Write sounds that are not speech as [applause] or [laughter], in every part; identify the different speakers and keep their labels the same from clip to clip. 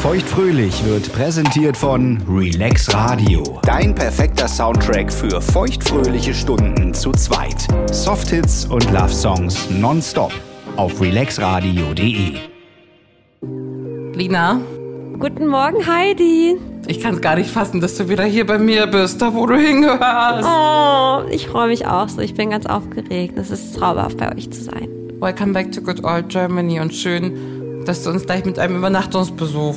Speaker 1: Feuchtfröhlich wird präsentiert von Relax Radio.
Speaker 2: Dein perfekter Soundtrack für feuchtfröhliche Stunden zu zweit. Softhits und Love Songs nonstop auf relaxradio.de.
Speaker 3: Lina,
Speaker 4: Guten Morgen, Heidi.
Speaker 3: ich kann es gar nicht fassen, dass du wieder hier bei mir bist, da wo du hingehörst.
Speaker 4: Oh, ich freue mich auch so. Ich bin ganz aufgeregt. Es ist traumhaft, bei euch zu sein.
Speaker 3: Welcome back to good old Germany und schön, dass du uns gleich mit einem Übernachtungsbesuch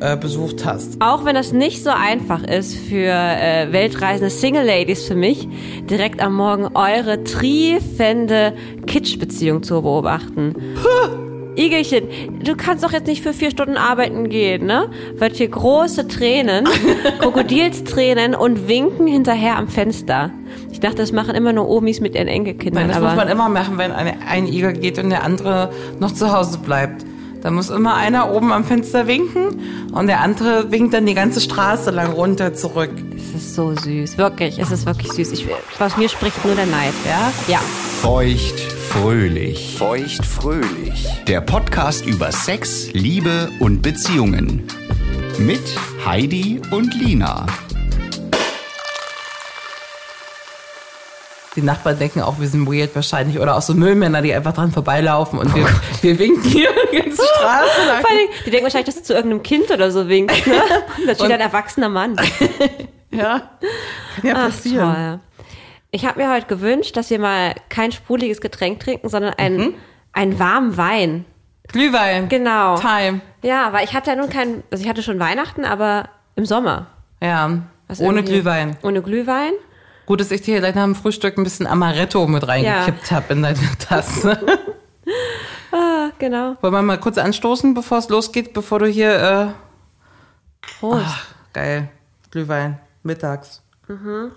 Speaker 3: äh, besucht hast.
Speaker 4: Auch wenn das nicht so einfach ist für äh, weltreisende Single-Ladies für mich, direkt am Morgen eure triefende Kitschbeziehung
Speaker 3: [laughs]
Speaker 4: zu beobachten. Igelchen, du kannst doch jetzt nicht für vier Stunden arbeiten gehen, ne? Weil hier große
Speaker 3: [laughs]
Speaker 4: Tränen, Krokodilstränen und Winken hinterher am Fenster. Ich dachte, das machen immer nur Omis mit ihren Enkelkindern.
Speaker 3: Nein, das
Speaker 4: aber
Speaker 3: muss man immer machen, wenn eine, ein Igel geht und der andere noch zu Hause bleibt. Da muss immer einer oben am Fenster winken und der andere winkt dann die ganze Straße lang runter zurück.
Speaker 4: Es ist so süß, wirklich. Es ist wirklich süß. Ich, aus mir spricht nur der Neid, ja? Ja.
Speaker 1: Feuchtfröhlich.
Speaker 2: Feuchtfröhlich.
Speaker 1: Der Podcast über Sex, Liebe und Beziehungen. Mit Heidi und Lina.
Speaker 3: Die Nachbarn denken auch, wir sind weird wahrscheinlich. Oder auch so Müllmänner, die einfach dran vorbeilaufen und wir, wir winken hier die ganze Straße lang.
Speaker 4: Vor allem, die denken wahrscheinlich, dass du zu irgendeinem Kind oder so
Speaker 3: [laughs]
Speaker 4: winkst, ne? Und da steht ein erwachsener Mann.
Speaker 3: Ja, kann ja
Speaker 4: Ach,
Speaker 3: passieren.
Speaker 4: toll. Ich habe mir heute gewünscht, dass wir mal kein sprudeliges Getränk trinken, sondern einen,
Speaker 3: Mhm.
Speaker 4: einen warmen Wein.
Speaker 3: Glühwein.
Speaker 4: Genau.
Speaker 3: Time.
Speaker 4: Ja, weil ich hatte ja nun keinen, also ich hatte schon Weihnachten, aber im Sommer.
Speaker 3: Ja.
Speaker 4: Was
Speaker 3: Ohne
Speaker 4: irgendwie-
Speaker 3: Glühwein.
Speaker 4: Ohne Glühwein.
Speaker 3: Gut, dass ich dir gleich nach dem Frühstück ein bisschen Amaretto mit reingekippt habe in deine Tasse.
Speaker 4: [laughs] Ah, genau.
Speaker 3: Wollen wir mal kurz anstoßen, bevor es losgeht, bevor du hier.
Speaker 4: Prost.
Speaker 3: Äh, geil. Glühwein. Mittags.
Speaker 4: Mhm.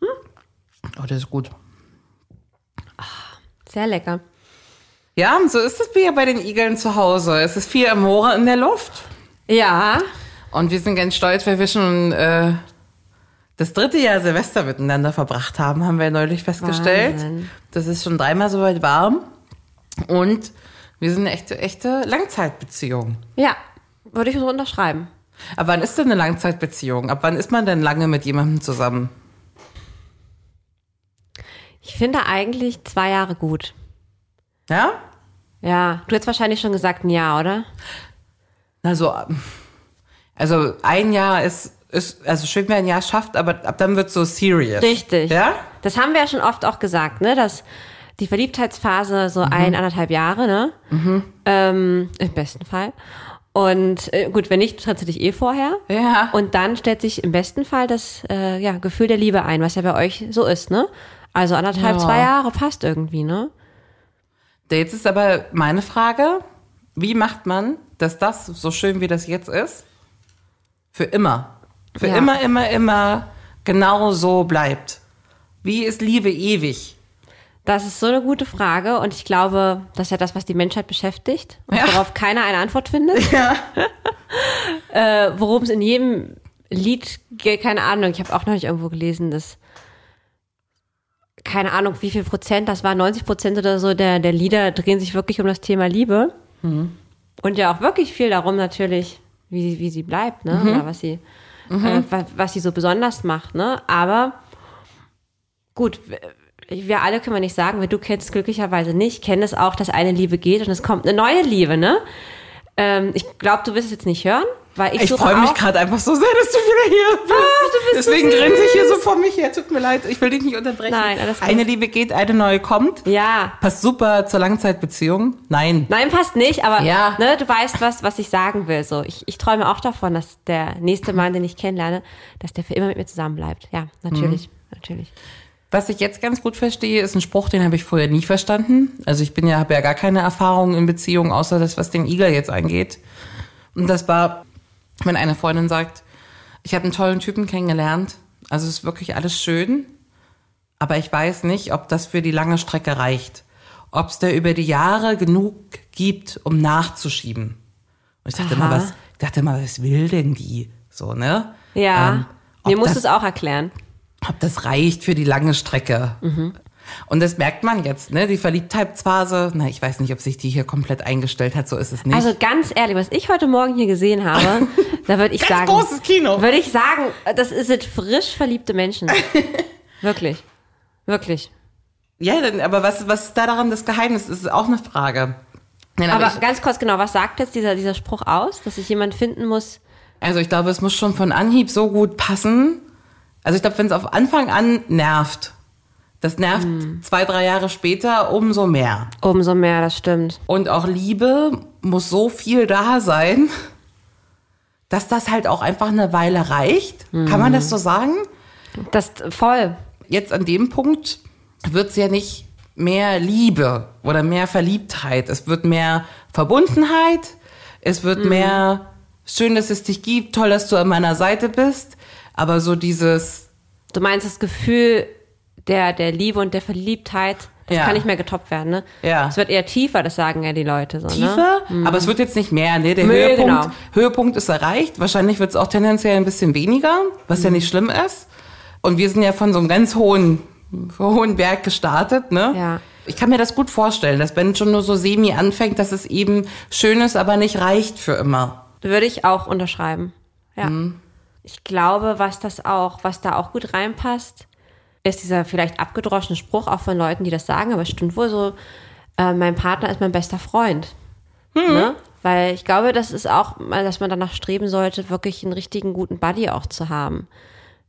Speaker 4: Hm?
Speaker 3: Oh, das ist gut.
Speaker 4: Sehr lecker.
Speaker 3: Ja, so ist es wieder bei den Igeln zu Hause. Es ist viel Amore in der Luft.
Speaker 4: Ja.
Speaker 3: Und wir sind ganz stolz, weil wir schon äh, das dritte Jahr Silvester miteinander verbracht haben, haben wir neulich festgestellt.
Speaker 4: Wahnsinn.
Speaker 3: Das ist schon dreimal so weit warm. Und wir sind eine echte, echte Langzeitbeziehung.
Speaker 4: Ja. Würde ich so unterschreiben.
Speaker 3: Ab wann ist denn eine Langzeitbeziehung? Ab wann ist man denn lange mit jemandem zusammen?
Speaker 4: Ich finde eigentlich zwei Jahre gut.
Speaker 3: Ja?
Speaker 4: Ja, du hättest wahrscheinlich schon gesagt ein Jahr, oder?
Speaker 3: Na so, also ein Jahr ist, ist also schön, wenn ein Jahr schafft, aber ab dann wird so serious.
Speaker 4: Richtig.
Speaker 3: Ja?
Speaker 4: Das haben wir ja schon oft auch gesagt, ne? Dass die Verliebtheitsphase so ein, anderthalb Jahre, ne? Ähm, Im besten Fall. Und äh, gut, wenn nicht, trennst du dich eh vorher.
Speaker 3: Ja.
Speaker 4: Und dann stellt sich im besten Fall das äh, ja, Gefühl der Liebe ein, was ja bei euch so ist, ne? Also anderthalb,
Speaker 3: Ja.
Speaker 4: zwei Jahre passt irgendwie, ne?
Speaker 3: Jetzt ist aber meine Frage, wie macht man, dass das, so schön wie das jetzt ist, für immer, für
Speaker 4: Ja.
Speaker 3: immer, immer, immer genau so bleibt? Wie ist Liebe ewig?
Speaker 4: Das ist so eine gute Frage und ich glaube, das ist ja das, was die Menschheit beschäftigt und
Speaker 3: Ja.
Speaker 4: worauf keiner eine Antwort findet. Ja. [laughs] äh, worum es in jedem Lied geht, keine Ahnung. Ich habe auch noch nicht irgendwo gelesen, dass keine Ahnung, wie viel Prozent, das war 90 Prozent oder so der, der Lieder drehen sich wirklich um das Thema Liebe. Und ja auch wirklich viel darum natürlich, wie, wie sie bleibt, ne? Oder was sie, äh, was, was sie so besonders macht, ne? Aber gut, w- wir alle können wir nicht sagen, weil du kennst es glücklicherweise nicht, kenne es auch, dass eine Liebe geht und es kommt eine neue Liebe, ne? Ähm, ich glaube, du wirst es jetzt nicht hören, weil ich,
Speaker 3: Ich
Speaker 4: suche
Speaker 3: freue mich
Speaker 4: auch- Ah,
Speaker 3: gerade einfach so sehr, dass du wieder hier bist.
Speaker 4: du bist so
Speaker 3: Deswegen grinse ich hier so vor mich her. Tut mir leid, ich will dich nicht unterbrechen.
Speaker 4: Nein, alles gut.
Speaker 3: Eine Liebe geht, eine neue kommt.
Speaker 4: Ja.
Speaker 3: Passt super zur Langzeitbeziehung. Nein.
Speaker 4: Nein, passt nicht, aber
Speaker 3: Ja.
Speaker 4: ne, du weißt, was, was ich sagen will. So, ich, ich träume auch davon, dass der nächste Mann, den ich kennenlerne, dass der für immer mit mir zusammen bleibt. Ja, natürlich,
Speaker 3: Mhm.
Speaker 4: natürlich.
Speaker 3: Was ich jetzt ganz gut verstehe, ist ein Spruch, den habe ich vorher nie verstanden. Also ich bin ja, habe ja gar keine Erfahrung in Beziehungen, außer das, was den Igel jetzt angeht. Und das war, wenn eine Freundin sagt, ich habe einen tollen Typen kennengelernt, also es ist wirklich alles schön, aber ich weiß nicht, ob das für die lange Strecke reicht. Ob es da über die Jahre genug gibt, um nachzuschieben. Und ich dachte immer,
Speaker 4: Aha.
Speaker 3: was, ich dachte immer, was will denn die? So, ne?
Speaker 4: Ja,
Speaker 3: Ähm, ob
Speaker 4: mir musst du
Speaker 3: das-
Speaker 4: es auch erklären.
Speaker 3: ob das reicht für die lange Strecke.
Speaker 4: Mhm.
Speaker 3: Und das merkt man jetzt, ne? Die Verliebtheitsphase, na, ich weiß nicht, ob sich die hier komplett eingestellt hat, so ist es nicht.
Speaker 4: Also ganz ehrlich, was ich heute Morgen hier gesehen
Speaker 3: [laughs]
Speaker 4: habe, da würde ich
Speaker 3: Ganz
Speaker 4: sagen,
Speaker 3: großes Kino.
Speaker 4: würde ich sagen, das ist es frisch
Speaker 3: [laughs]
Speaker 4: verliebte Menschen. wirklich, wirklich.
Speaker 3: ja, dann, aber was, was ist da daran das Geheimnis? Das ist auch eine Frage. Nein,
Speaker 4: Aber
Speaker 3: ich,
Speaker 4: ganz kurz genau, was sagt jetzt dieser dieser Spruch aus, dass ich jemanden finden muss?
Speaker 3: Also ich glaube, es muss schon von Anhieb so gut passen. Also ich glaube, wenn es auf Anfang an nervt, das nervt
Speaker 4: Mhm.
Speaker 3: zwei, drei Jahre später umso mehr.
Speaker 4: Umso um mehr, das stimmt.
Speaker 3: Und auch Liebe muss so viel da sein, dass das halt auch einfach eine Weile reicht. Kann
Speaker 4: Mhm.
Speaker 3: man das so sagen?
Speaker 4: Das voll.
Speaker 3: Jetzt an dem Punkt wird es ja nicht mehr Liebe oder mehr Verliebtheit. Es wird mehr Verbundenheit. Es wird mehr schön, dass es dich gibt, toll, dass du an meiner Seite bist. Aber so dieses,
Speaker 4: Du meinst das Gefühl der, der Liebe und der Verliebtheit, das
Speaker 3: Ja.
Speaker 4: kann nicht mehr getoppt werden, ne?
Speaker 3: Ja.
Speaker 4: Es wird eher tiefer, das sagen ja die Leute so, ne?
Speaker 3: tiefer, aber es wird jetzt nicht mehr. Ne? Der
Speaker 4: Nö,
Speaker 3: Höhepunkt,
Speaker 4: genau.
Speaker 3: Höhepunkt ist erreicht. Wahrscheinlich wird es auch tendenziell ein bisschen weniger, was
Speaker 4: Mhm.
Speaker 3: ja nicht schlimm ist. Und wir sind ja von so einem ganz hohen, hohen Berg gestartet. Ne?
Speaker 4: Ja.
Speaker 3: Ich kann mir das gut vorstellen, dass wenn es schon nur so semi anfängt, dass es eben schön ist, aber nicht reicht für immer.
Speaker 4: Würde ich auch unterschreiben. Ja.
Speaker 3: Mhm.
Speaker 4: Ich glaube, was das auch, was da auch gut reinpasst, ist dieser vielleicht abgedroschene Spruch auch von Leuten, die das sagen, aber es stimmt wohl so, äh, mein Partner ist mein bester Freund.
Speaker 3: Mhm.
Speaker 4: Ne? Weil ich glaube, das ist auch, mal, dass man danach streben sollte, wirklich einen richtigen guten Buddy auch zu haben.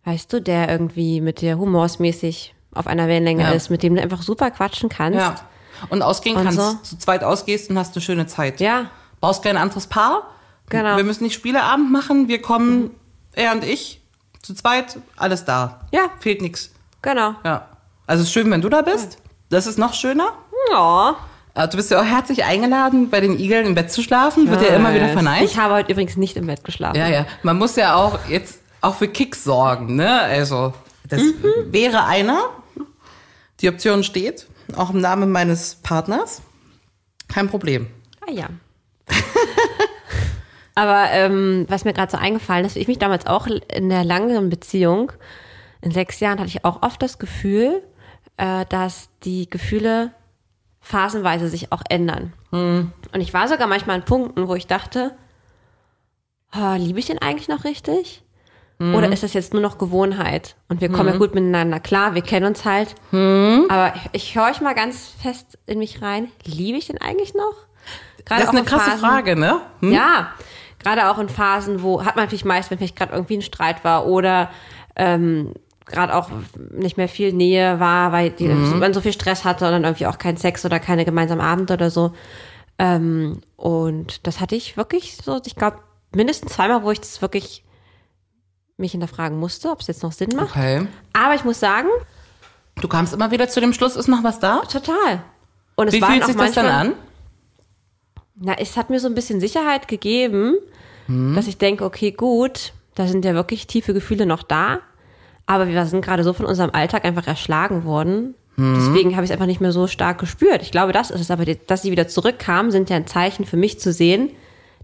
Speaker 4: Weißt du, der irgendwie mit dir humorsmäßig auf einer Wellenlänge
Speaker 3: Ja.
Speaker 4: ist, mit dem du einfach super quatschen kannst.
Speaker 3: Ja. Und ausgehen
Speaker 4: Und
Speaker 3: kannst,
Speaker 4: so?
Speaker 3: zu zweit ausgehst und hast eine schöne Zeit.
Speaker 4: Ja.
Speaker 3: Brauchst kein anderes Paar.
Speaker 4: Genau.
Speaker 3: Wir müssen nicht Spieleabend machen. Wir kommen, er und ich, zu zweit, alles da.
Speaker 4: Ja.
Speaker 3: Fehlt nichts.
Speaker 4: Genau.
Speaker 3: Ja. Also es ist schön, wenn du da bist. Das ist noch schöner.
Speaker 4: Ja.
Speaker 3: Äh, Du bist ja auch herzlich eingeladen, bei den Igeln im Bett zu schlafen. Wird ja immer wieder verneint.
Speaker 4: Ich habe heute übrigens nicht im Bett geschlafen.
Speaker 3: Ja, ja. Man muss ja auch jetzt auch für Kicks sorgen, ne? Also, das
Speaker 4: Mhm.
Speaker 3: wäre einer. Die Option steht, auch im Namen meines Partners. Kein Problem.
Speaker 4: Ah ja. Aber ähm, was mir gerade so eingefallen ist, ich mich damals auch in der langen Beziehung, in sechs Jahren, hatte ich auch oft das Gefühl, äh, dass die Gefühle phasenweise sich auch ändern.
Speaker 3: Hm.
Speaker 4: Und ich war sogar manchmal an Punkten, wo ich dachte, oh, liebe ich den eigentlich noch richtig?
Speaker 3: Hm.
Speaker 4: Oder ist das jetzt nur noch Gewohnheit? Und wir kommen ja gut miteinander klar, wir kennen uns halt.
Speaker 3: Hm.
Speaker 4: Aber ich, ich höre ich mal ganz fest in mich rein, liebe ich den eigentlich noch?
Speaker 3: das
Speaker 4: Gerade auch
Speaker 3: ist eine
Speaker 4: in
Speaker 3: krasse
Speaker 4: Phasen-
Speaker 3: Frage, ne? Hm?
Speaker 4: Ja, gerade auch in Phasen, wo hat man vielleicht meist, wenn vielleicht gerade irgendwie ein Streit war oder ähm, gerade auch nicht mehr viel Nähe war, weil die,
Speaker 3: Mhm.
Speaker 4: man so viel Stress hatte und dann irgendwie auch keinen Sex oder keine gemeinsamen Abende oder so. Ähm, und das hatte ich wirklich so, ich glaube, mindestens zweimal, wo ich das wirklich mich hinterfragen musste, ob es jetzt noch Sinn macht.
Speaker 3: Okay.
Speaker 4: Aber ich muss sagen,
Speaker 3: Du kamst immer wieder zu dem Schluss, ist noch was da?
Speaker 4: total. Und es
Speaker 3: Wie
Speaker 4: waren
Speaker 3: fühlt
Speaker 4: auch
Speaker 3: sich das
Speaker 4: manchmal,
Speaker 3: dann an?
Speaker 4: Na, es hat mir so ein bisschen Sicherheit gegeben, dass ich denke, okay, gut, da sind ja wirklich tiefe Gefühle noch da, aber wir sind gerade so von unserem Alltag einfach erschlagen worden. Deswegen habe ich es einfach nicht mehr so stark gespürt. Ich glaube, das ist es. Aber die, dass sie wieder zurückkamen, sind ja ein Zeichen für mich zu sehen,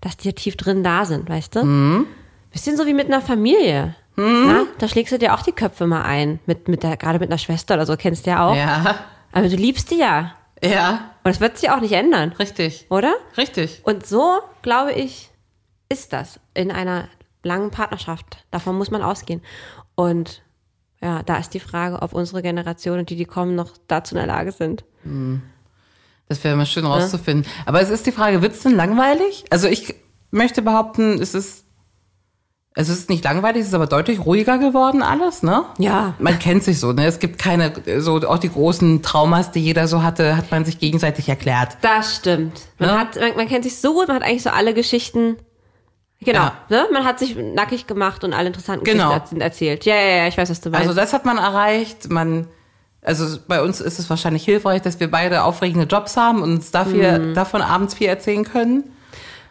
Speaker 4: dass die ja tief drin da sind, weißt du? Bisschen so wie mit einer Familie. Na, da schlägst du dir auch die Köpfe mal ein. Mit, mit der, gerade mit einer Schwester oder so, kennst du ja auch.
Speaker 3: Ja,
Speaker 4: Aber du liebst die ja.
Speaker 3: ja,
Speaker 4: Und das wird sich auch nicht ändern,
Speaker 3: richtig,
Speaker 4: oder?
Speaker 3: richtig.
Speaker 4: Und so, glaube ich, ist das in einer langen Partnerschaft. Davon muss man ausgehen. Und ja, da ist die Frage, ob unsere Generation und die, die kommen, noch dazu in der Lage sind.
Speaker 3: Das wäre mal schön rauszufinden. Aber es ist die Frage, wird's denn langweilig? Also ich möchte behaupten, es ist, es ist nicht langweilig, es ist aber deutlich ruhiger geworden alles, ne?
Speaker 4: Ja.
Speaker 3: Man kennt sich so, ne? Es gibt keine, so auch die großen Traumas, die jeder so hatte, hat man sich gegenseitig erklärt.
Speaker 4: Das stimmt. Man,
Speaker 3: Ne?
Speaker 4: hat, man, man kennt sich so gut, man hat eigentlich so alle Geschichten. Genau,
Speaker 3: Ja.
Speaker 4: ne? Man hat sich nackig gemacht und alle interessanten
Speaker 3: Genau.
Speaker 4: Geschichten sind erzählt. Ja, ja, ja, ich weiß, was du meinst.
Speaker 3: Also das hat man erreicht. Man, also bei uns ist es wahrscheinlich hilfreich, dass wir beide aufregende Jobs haben und uns dafür,
Speaker 4: Mhm.
Speaker 3: davon abends viel erzählen können.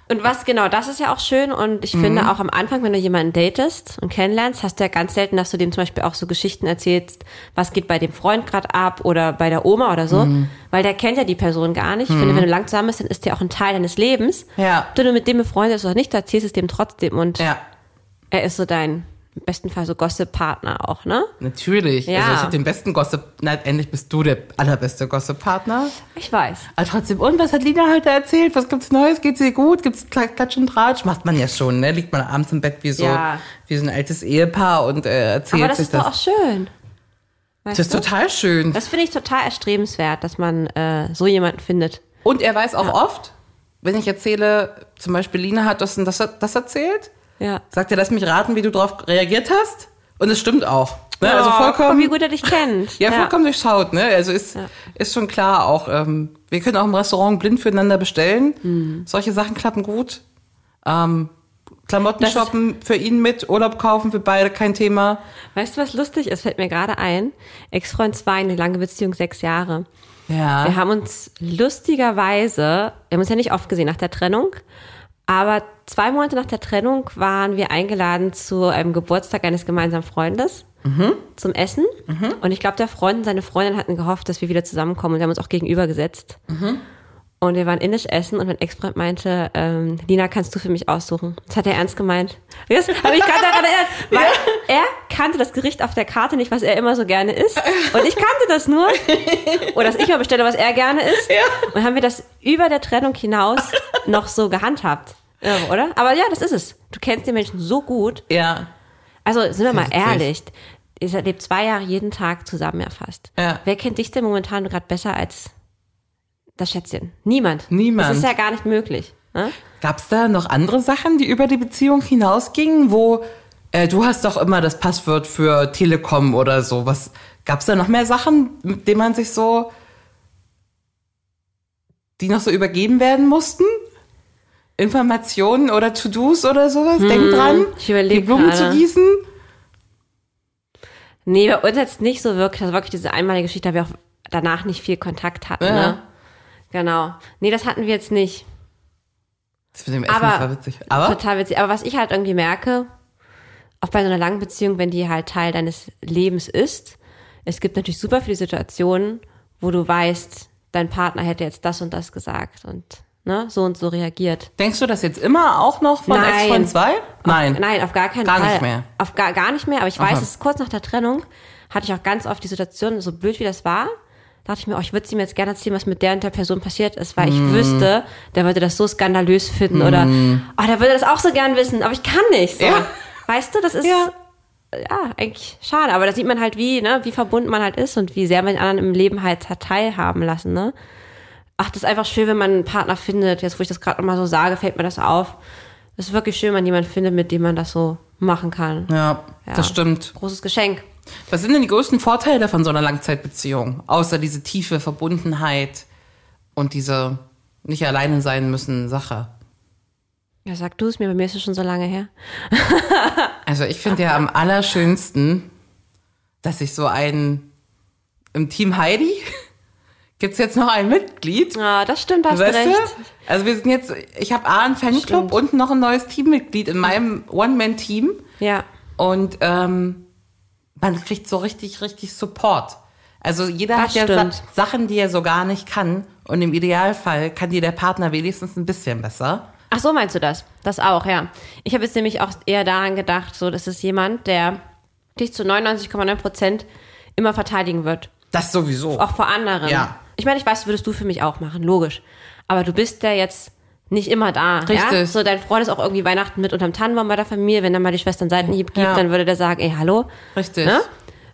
Speaker 4: Und was genau, das ist ja auch schön und ich
Speaker 3: Mhm.
Speaker 4: finde auch am Anfang, wenn du jemanden datest und kennenlernst, hast du ja ganz selten, dass du dem zum Beispiel auch so Geschichten erzählst, was geht bei dem Freund gerade ab oder bei der Oma oder so,
Speaker 3: Mhm.
Speaker 4: weil der kennt ja die Person gar nicht. Ich finde, wenn du lang zusammen bist, dann ist der auch ein Teil deines Lebens.
Speaker 3: Ja.
Speaker 4: Ob du nur mit dem befreundet bist oder nicht, du erzählst es dem trotzdem und
Speaker 3: Ja,
Speaker 4: er ist so dein, im besten Fall so Gossip-Partner auch, ne?
Speaker 3: natürlich.
Speaker 4: Ja.
Speaker 3: Also ich habe den besten Gossip. Na, endlich bist du der allerbeste Gossip-Partner.
Speaker 4: Ich weiß.
Speaker 3: Aber trotzdem, und was hat Lina heute erzählt? Was gibt's Neues? Geht's ihr gut? Gibt's Kla- Klatsch und Tratsch? Macht man ja schon, ne? Liegt man abends im Bett wie so,
Speaker 4: Ja.
Speaker 3: wie so ein altes Ehepaar und äh, erzählt
Speaker 4: Aber das
Speaker 3: sich
Speaker 4: ist
Speaker 3: das.
Speaker 4: doch auch schön.
Speaker 3: das
Speaker 4: Weißt
Speaker 3: ist
Speaker 4: du?
Speaker 3: total schön.
Speaker 4: Das finde ich total erstrebenswert, dass man äh, so jemanden findet.
Speaker 3: Und er weiß auch oft, wenn ich erzähle, zum Beispiel Lina hat das und das, das erzählt,
Speaker 4: Ja.
Speaker 3: sagt er, lass mich raten, wie du darauf reagiert hast. Und es stimmt auch. Ne? also
Speaker 4: Oh, guck mal,
Speaker 3: vollkommen.
Speaker 4: Wie gut er dich kennt.
Speaker 3: ja, vollkommen durchschaut, ne? Also ist, ist schon klar auch, ähm, wir können auch im Restaurant blind füreinander bestellen.
Speaker 4: Hm.
Speaker 3: Solche Sachen klappen gut. Ähm, Klamotten
Speaker 4: Das ist-
Speaker 3: shoppen für ihn mit, Urlaub kaufen für beide, kein Thema.
Speaker 4: Weißt du, was lustig ist? Fällt mir gerade ein. Ex-Freund 2, eine lange Beziehung, sechs Jahre.
Speaker 3: Ja.
Speaker 4: Wir haben uns lustigerweise, wir haben uns ja nicht oft gesehen nach der Trennung, aber zwei Monate nach der Trennung waren wir eingeladen zu einem Geburtstag eines gemeinsamen Freundes zum Essen. Und ich glaube, der Freund und seine Freundin hatten gehofft, dass wir wieder zusammenkommen und wir haben uns auch gegenübergesetzt. Und wir waren indisch essen und mein Ex-Freund meinte, ähm, Lina, kannst du für mich aussuchen? Das hat er ernst gemeint. Das habe ich gerade daran erinnert, weil er kannte das Gericht auf der Karte nicht, was er immer so gerne isst. Und ich kannte das nur. Oder dass ich mal bestelle, was er gerne isst. Und haben wir das über der Trennung hinaus noch so gehandhabt. Irre, oder? Aber ja, das ist es. Du kennst den Menschen so gut.
Speaker 3: Ja.
Speaker 4: Also, sind wir mal
Speaker 3: witzig.
Speaker 4: ehrlich. Ihr lebt zwei Jahre jeden Tag zusammen erfasst.
Speaker 3: Ja.
Speaker 4: Wer kennt dich denn momentan gerade besser als das Schätzchen? Niemand.
Speaker 3: Niemand.
Speaker 4: Das ist ja gar nicht möglich. Ne?
Speaker 3: Gab's da noch andere Sachen, die über die Beziehung hinausgingen, wo äh, du hast doch immer das Passwort für Telekom oder so. Was gab's da noch mehr Sachen, mit denen man sich so, die noch so übergeben werden mussten? Informationen oder To-Dos oder sowas? Denk dran,
Speaker 4: Hm, ich
Speaker 3: die
Speaker 4: überleg
Speaker 3: Blumen
Speaker 4: gerade.
Speaker 3: zu gießen.
Speaker 4: Nee, bei uns jetzt nicht so wirklich. Das war wirklich diese einmalige Geschichte, da wir auch danach nicht viel Kontakt hatten.
Speaker 3: Ja.
Speaker 4: Ne? Genau. Nee, das hatten wir jetzt nicht.
Speaker 3: Das mit dem Essen das war witzig. Aber
Speaker 4: Total witzig. Aber was ich halt irgendwie merke, auch bei so einer langen Beziehung, wenn die halt Teil deines Lebens ist, es gibt natürlich super viele Situationen, wo du weißt, dein Partner hätte jetzt das und das gesagt und ne, so und so reagiert.
Speaker 3: denkst du das jetzt immer auch noch von
Speaker 4: Nein.
Speaker 3: Ex-Freund 2? Nein.
Speaker 4: Nein, auf gar keinen
Speaker 3: Gar
Speaker 4: Fall.
Speaker 3: nicht mehr.
Speaker 4: Auf gar, gar nicht mehr, aber ich weiß,
Speaker 3: Aha.
Speaker 4: es ist kurz nach der Trennung, hatte ich auch ganz oft die Situation, so blöd wie das war, dachte ich mir, oh, ich würde ihm jetzt gerne erzählen, was mit der und der Person passiert ist, weil
Speaker 3: Mm.
Speaker 4: ich wüsste, der würde das so skandalös finden oder, oh, der würde das auch so gern wissen, aber ich kann nicht. So.
Speaker 3: Ja.
Speaker 4: Weißt du, das ist, ja. eigentlich schade, aber da sieht man halt, wie, ne, wie verbunden man halt ist und wie sehr man den anderen im Leben halt hat teilhaben lassen, ne. Ach, das ist einfach schön, wenn man einen Partner findet. Jetzt, wo ich das gerade nochmal so sage, fällt mir das auf. Es ist wirklich schön, wenn man jemanden findet, mit dem man das so machen kann.
Speaker 3: Ja,
Speaker 4: Ja.
Speaker 3: das stimmt.
Speaker 4: Großes Geschenk.
Speaker 3: Was sind denn die größten Vorteile von so einer Langzeitbeziehung? Außer diese tiefe Verbundenheit und diese nicht alleine sein müssen Sache.
Speaker 4: Ja, sag du es mir, bei mir ist es schon so lange her.
Speaker 3: Also ich finde ja am allerschönsten, dass ich so einen im Team Heidi [laughs] gibt's jetzt noch ein Mitglied.
Speaker 4: Ah, das stimmt, hast
Speaker 3: Weißt
Speaker 4: recht.
Speaker 3: du? Also wir sind jetzt, ich habe A, einen Fanclub
Speaker 4: Stimmt.
Speaker 3: und noch ein neues Teammitglied in meinem One-Man-Team.
Speaker 4: Ja.
Speaker 3: Und ähm, man kriegt so richtig, richtig Support. Also jeder
Speaker 4: Das
Speaker 3: hat ja Sa
Speaker 4: stimmt.
Speaker 3: Sachen, die er so gar nicht kann. Und im Idealfall kann dir der Partner wenigstens ein bisschen besser.
Speaker 4: Ach so, meinst du das? Das auch, ja. Ich habe jetzt nämlich auch eher daran gedacht, so, das ist jemand, der dich zu 99,9 Prozent immer verteidigen wird.
Speaker 3: Das sowieso.
Speaker 4: Auch vor anderen.
Speaker 3: Ja.
Speaker 4: Ich meine, ich weiß, würdest du für mich auch machen, logisch. Aber du bist ja jetzt nicht immer da. Ja?
Speaker 3: Richtig.
Speaker 4: So, dein Freund ist auch irgendwie Weihnachten mit unterm Tannenbaum bei der Familie. Wenn dann mal die Schwestern Seitenhieb gibt,
Speaker 3: Ja.
Speaker 4: dann würde der sagen, ey, hallo.
Speaker 3: Richtig.
Speaker 4: Ne?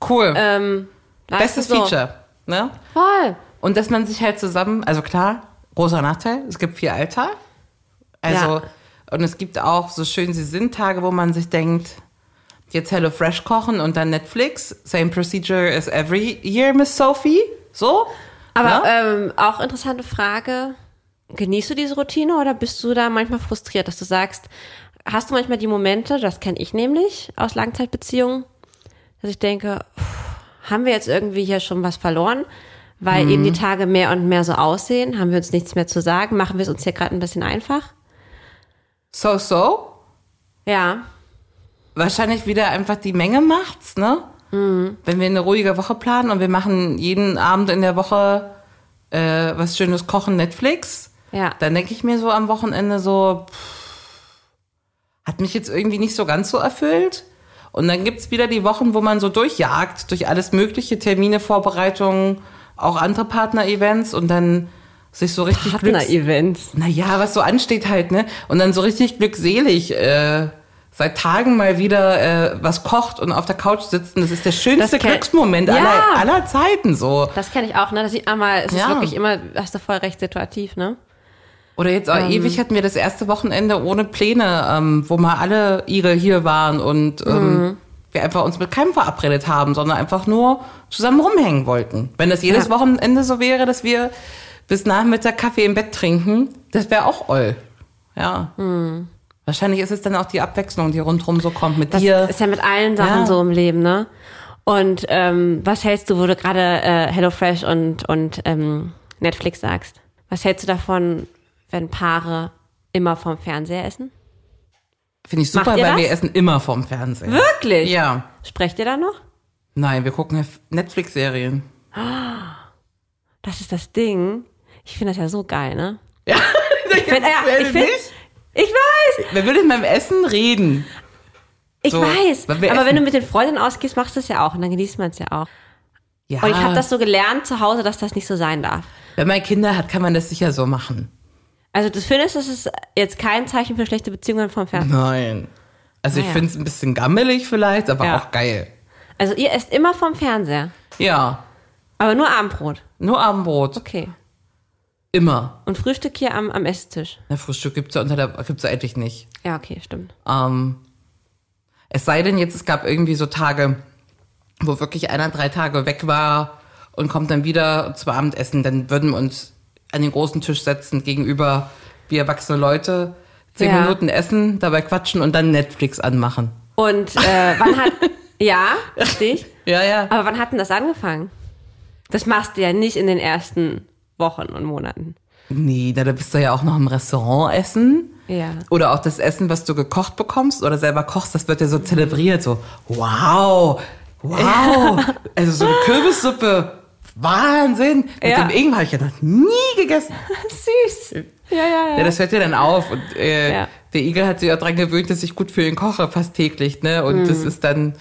Speaker 3: Cool.
Speaker 4: Ähm, weißt
Speaker 3: Bestes
Speaker 4: du, so.
Speaker 3: Feature. Ne?
Speaker 4: Voll.
Speaker 3: Und dass man sich halt zusammen, also klar, großer Nachteil, es gibt viel Alltag. Also,
Speaker 4: Ja.
Speaker 3: und es gibt auch, so schön sie sind, Tage, wo man sich denkt, jetzt Hello Fresh kochen und dann Netflix. Same procedure as every year, Miss Sophie. So. ne?
Speaker 4: Aber ähm, auch interessante Frage. Genießt du diese Routine oder bist du da manchmal frustriert, dass du sagst, hast du manchmal die Momente, das kenne ich nämlich aus Langzeitbeziehungen, dass ich denke, pff, haben wir jetzt irgendwie hier schon was verloren, weil
Speaker 3: Mhm.
Speaker 4: eben die Tage mehr und mehr so aussehen, haben wir uns nichts mehr zu sagen, machen wir es uns hier gerade ein bisschen einfach?
Speaker 3: so, so.
Speaker 4: Ja,
Speaker 3: wahrscheinlich wieder einfach die Menge macht's, ne?
Speaker 4: Mhm.
Speaker 3: Wenn wir eine ruhige Woche planen und wir machen jeden Abend in der Woche äh, was Schönes kochen, Netflix,
Speaker 4: ja.
Speaker 3: dann denke ich mir so am Wochenende so, pff, hat mich jetzt irgendwie nicht so ganz so erfüllt. Und dann gibt's wieder die Wochen, wo man so durchjagt, durch alles mögliche, Termine, Vorbereitungen, auch andere Partner-Events und dann sich so richtig glücks-
Speaker 4: Partner-Events.
Speaker 3: naja, was so ansteht halt, ne? Und dann so richtig glückselig äh, seit Tagen mal wieder äh, was kocht und auf der Couch sitzen. Das ist der schönste
Speaker 4: Das kenn-
Speaker 3: Glücksmoment
Speaker 4: Ja.
Speaker 3: aller, aller Zeiten so.
Speaker 4: Das kenne ich auch, ne? Das sieht man mal, es ist
Speaker 3: Ja.
Speaker 4: wirklich immer, hast du voll recht, situativ, ne?
Speaker 3: Oder jetzt auch
Speaker 4: Ähm.
Speaker 3: ewig hatten wir das erste Wochenende ohne Pläne, ähm, wo mal alle Igel hier waren und ähm,
Speaker 4: Mhm.
Speaker 3: wir einfach uns mit keinem verabredet haben, sondern einfach nur zusammen rumhängen wollten. Wenn das jedes
Speaker 4: Ja.
Speaker 3: Wochenende so wäre, dass wir bis Nachmittag Kaffee im Bett trinken, das wäre auch oll. Ja. Wahrscheinlich ist es dann auch die Abwechslung, die rundherum so kommt mit
Speaker 4: Mhm. Das
Speaker 3: dir.
Speaker 4: ist ja mit allen Sachen
Speaker 3: Ja.
Speaker 4: so im Leben, ne? Und ähm, was hältst du, wo du gerade äh, HelloFresh und, und ähm, Netflix sagst? Was hältst du davon, wenn Paare immer vom Fernseher essen?
Speaker 3: Finde ich
Speaker 4: Macht
Speaker 3: super,
Speaker 4: ihr
Speaker 3: weil
Speaker 4: das?
Speaker 3: wir essen immer vom Fernsehen.
Speaker 4: Wirklich?
Speaker 3: Ja.
Speaker 4: Sprecht ihr da noch?
Speaker 3: Nein, wir gucken Netflix-Serien.
Speaker 4: Das ist das Ding. Ich finde das ja so geil, ne?
Speaker 3: [laughs] Ja.
Speaker 4: Ich, find, ja, ich, find,
Speaker 3: Nicht?
Speaker 4: ich weiß,
Speaker 3: Wer würde denn beim Essen reden?
Speaker 4: ich
Speaker 3: So,
Speaker 4: weiß.
Speaker 3: weil wir
Speaker 4: Aber wenn
Speaker 3: essen.
Speaker 4: du mit den Freundinnen ausgehst, machst du es ja auch und dann genießt man es ja auch.
Speaker 3: Ja,
Speaker 4: Und ich
Speaker 3: Ah.
Speaker 4: habe das so gelernt zu Hause, dass das nicht so sein darf.
Speaker 3: wenn man Kinder hat, kann man das sicher so machen.
Speaker 4: Also du findest, das ist jetzt kein Zeichen für schlechte Beziehungen vom Fernsehen.
Speaker 3: Nein. Also ich
Speaker 4: Naja.
Speaker 3: finde es ein bisschen gammelig vielleicht, aber
Speaker 4: Ja.
Speaker 3: auch geil.
Speaker 4: Also ihr esst immer vom Fernseher,
Speaker 3: Ja,
Speaker 4: aber nur Abendbrot.
Speaker 3: nur Abendbrot.
Speaker 4: Okay.
Speaker 3: Immer.
Speaker 4: Und Frühstück hier am, am Esstisch.
Speaker 3: Na, Frühstück gibt's ja unter der gibt's ja eigentlich nicht.
Speaker 4: Ja, okay, stimmt.
Speaker 3: Ähm, es sei denn jetzt, es gab irgendwie so Tage, wo wirklich einer drei Tage weg war und kommt dann wieder zum Abendessen, dann würden wir uns an den großen Tisch setzen gegenüber wie erwachsene Leute, zehn
Speaker 4: Ja.
Speaker 3: Minuten essen, dabei quatschen und dann Netflix anmachen.
Speaker 4: Und äh, wann [laughs] hat. ja, verstehe ich.
Speaker 3: Ja, ja.
Speaker 4: Aber wann hat denn das angefangen? Das machst du ja nicht in den ersten Wochen und Monaten.
Speaker 3: Nee, na, da bist du ja auch noch im Restaurant essen.
Speaker 4: Ja.
Speaker 3: Oder auch das Essen, was du gekocht bekommst oder selber kochst, das wird ja so zelebriert. So, wow, wow. also so eine Kürbissuppe. Wahnsinn. Mit
Speaker 4: Ja.
Speaker 3: dem Ingwer habe ich ja noch nie gegessen.
Speaker 4: [laughs] Süß. Ja, ja,
Speaker 3: Ja,
Speaker 4: ja.
Speaker 3: das hört ja dann auf. Und äh,
Speaker 4: Ja.
Speaker 3: der Igel hat sich auch dran gewöhnt, dass ich gut für ihn koche, fast täglich. Ne? Und
Speaker 4: Mhm.
Speaker 3: das ist dann,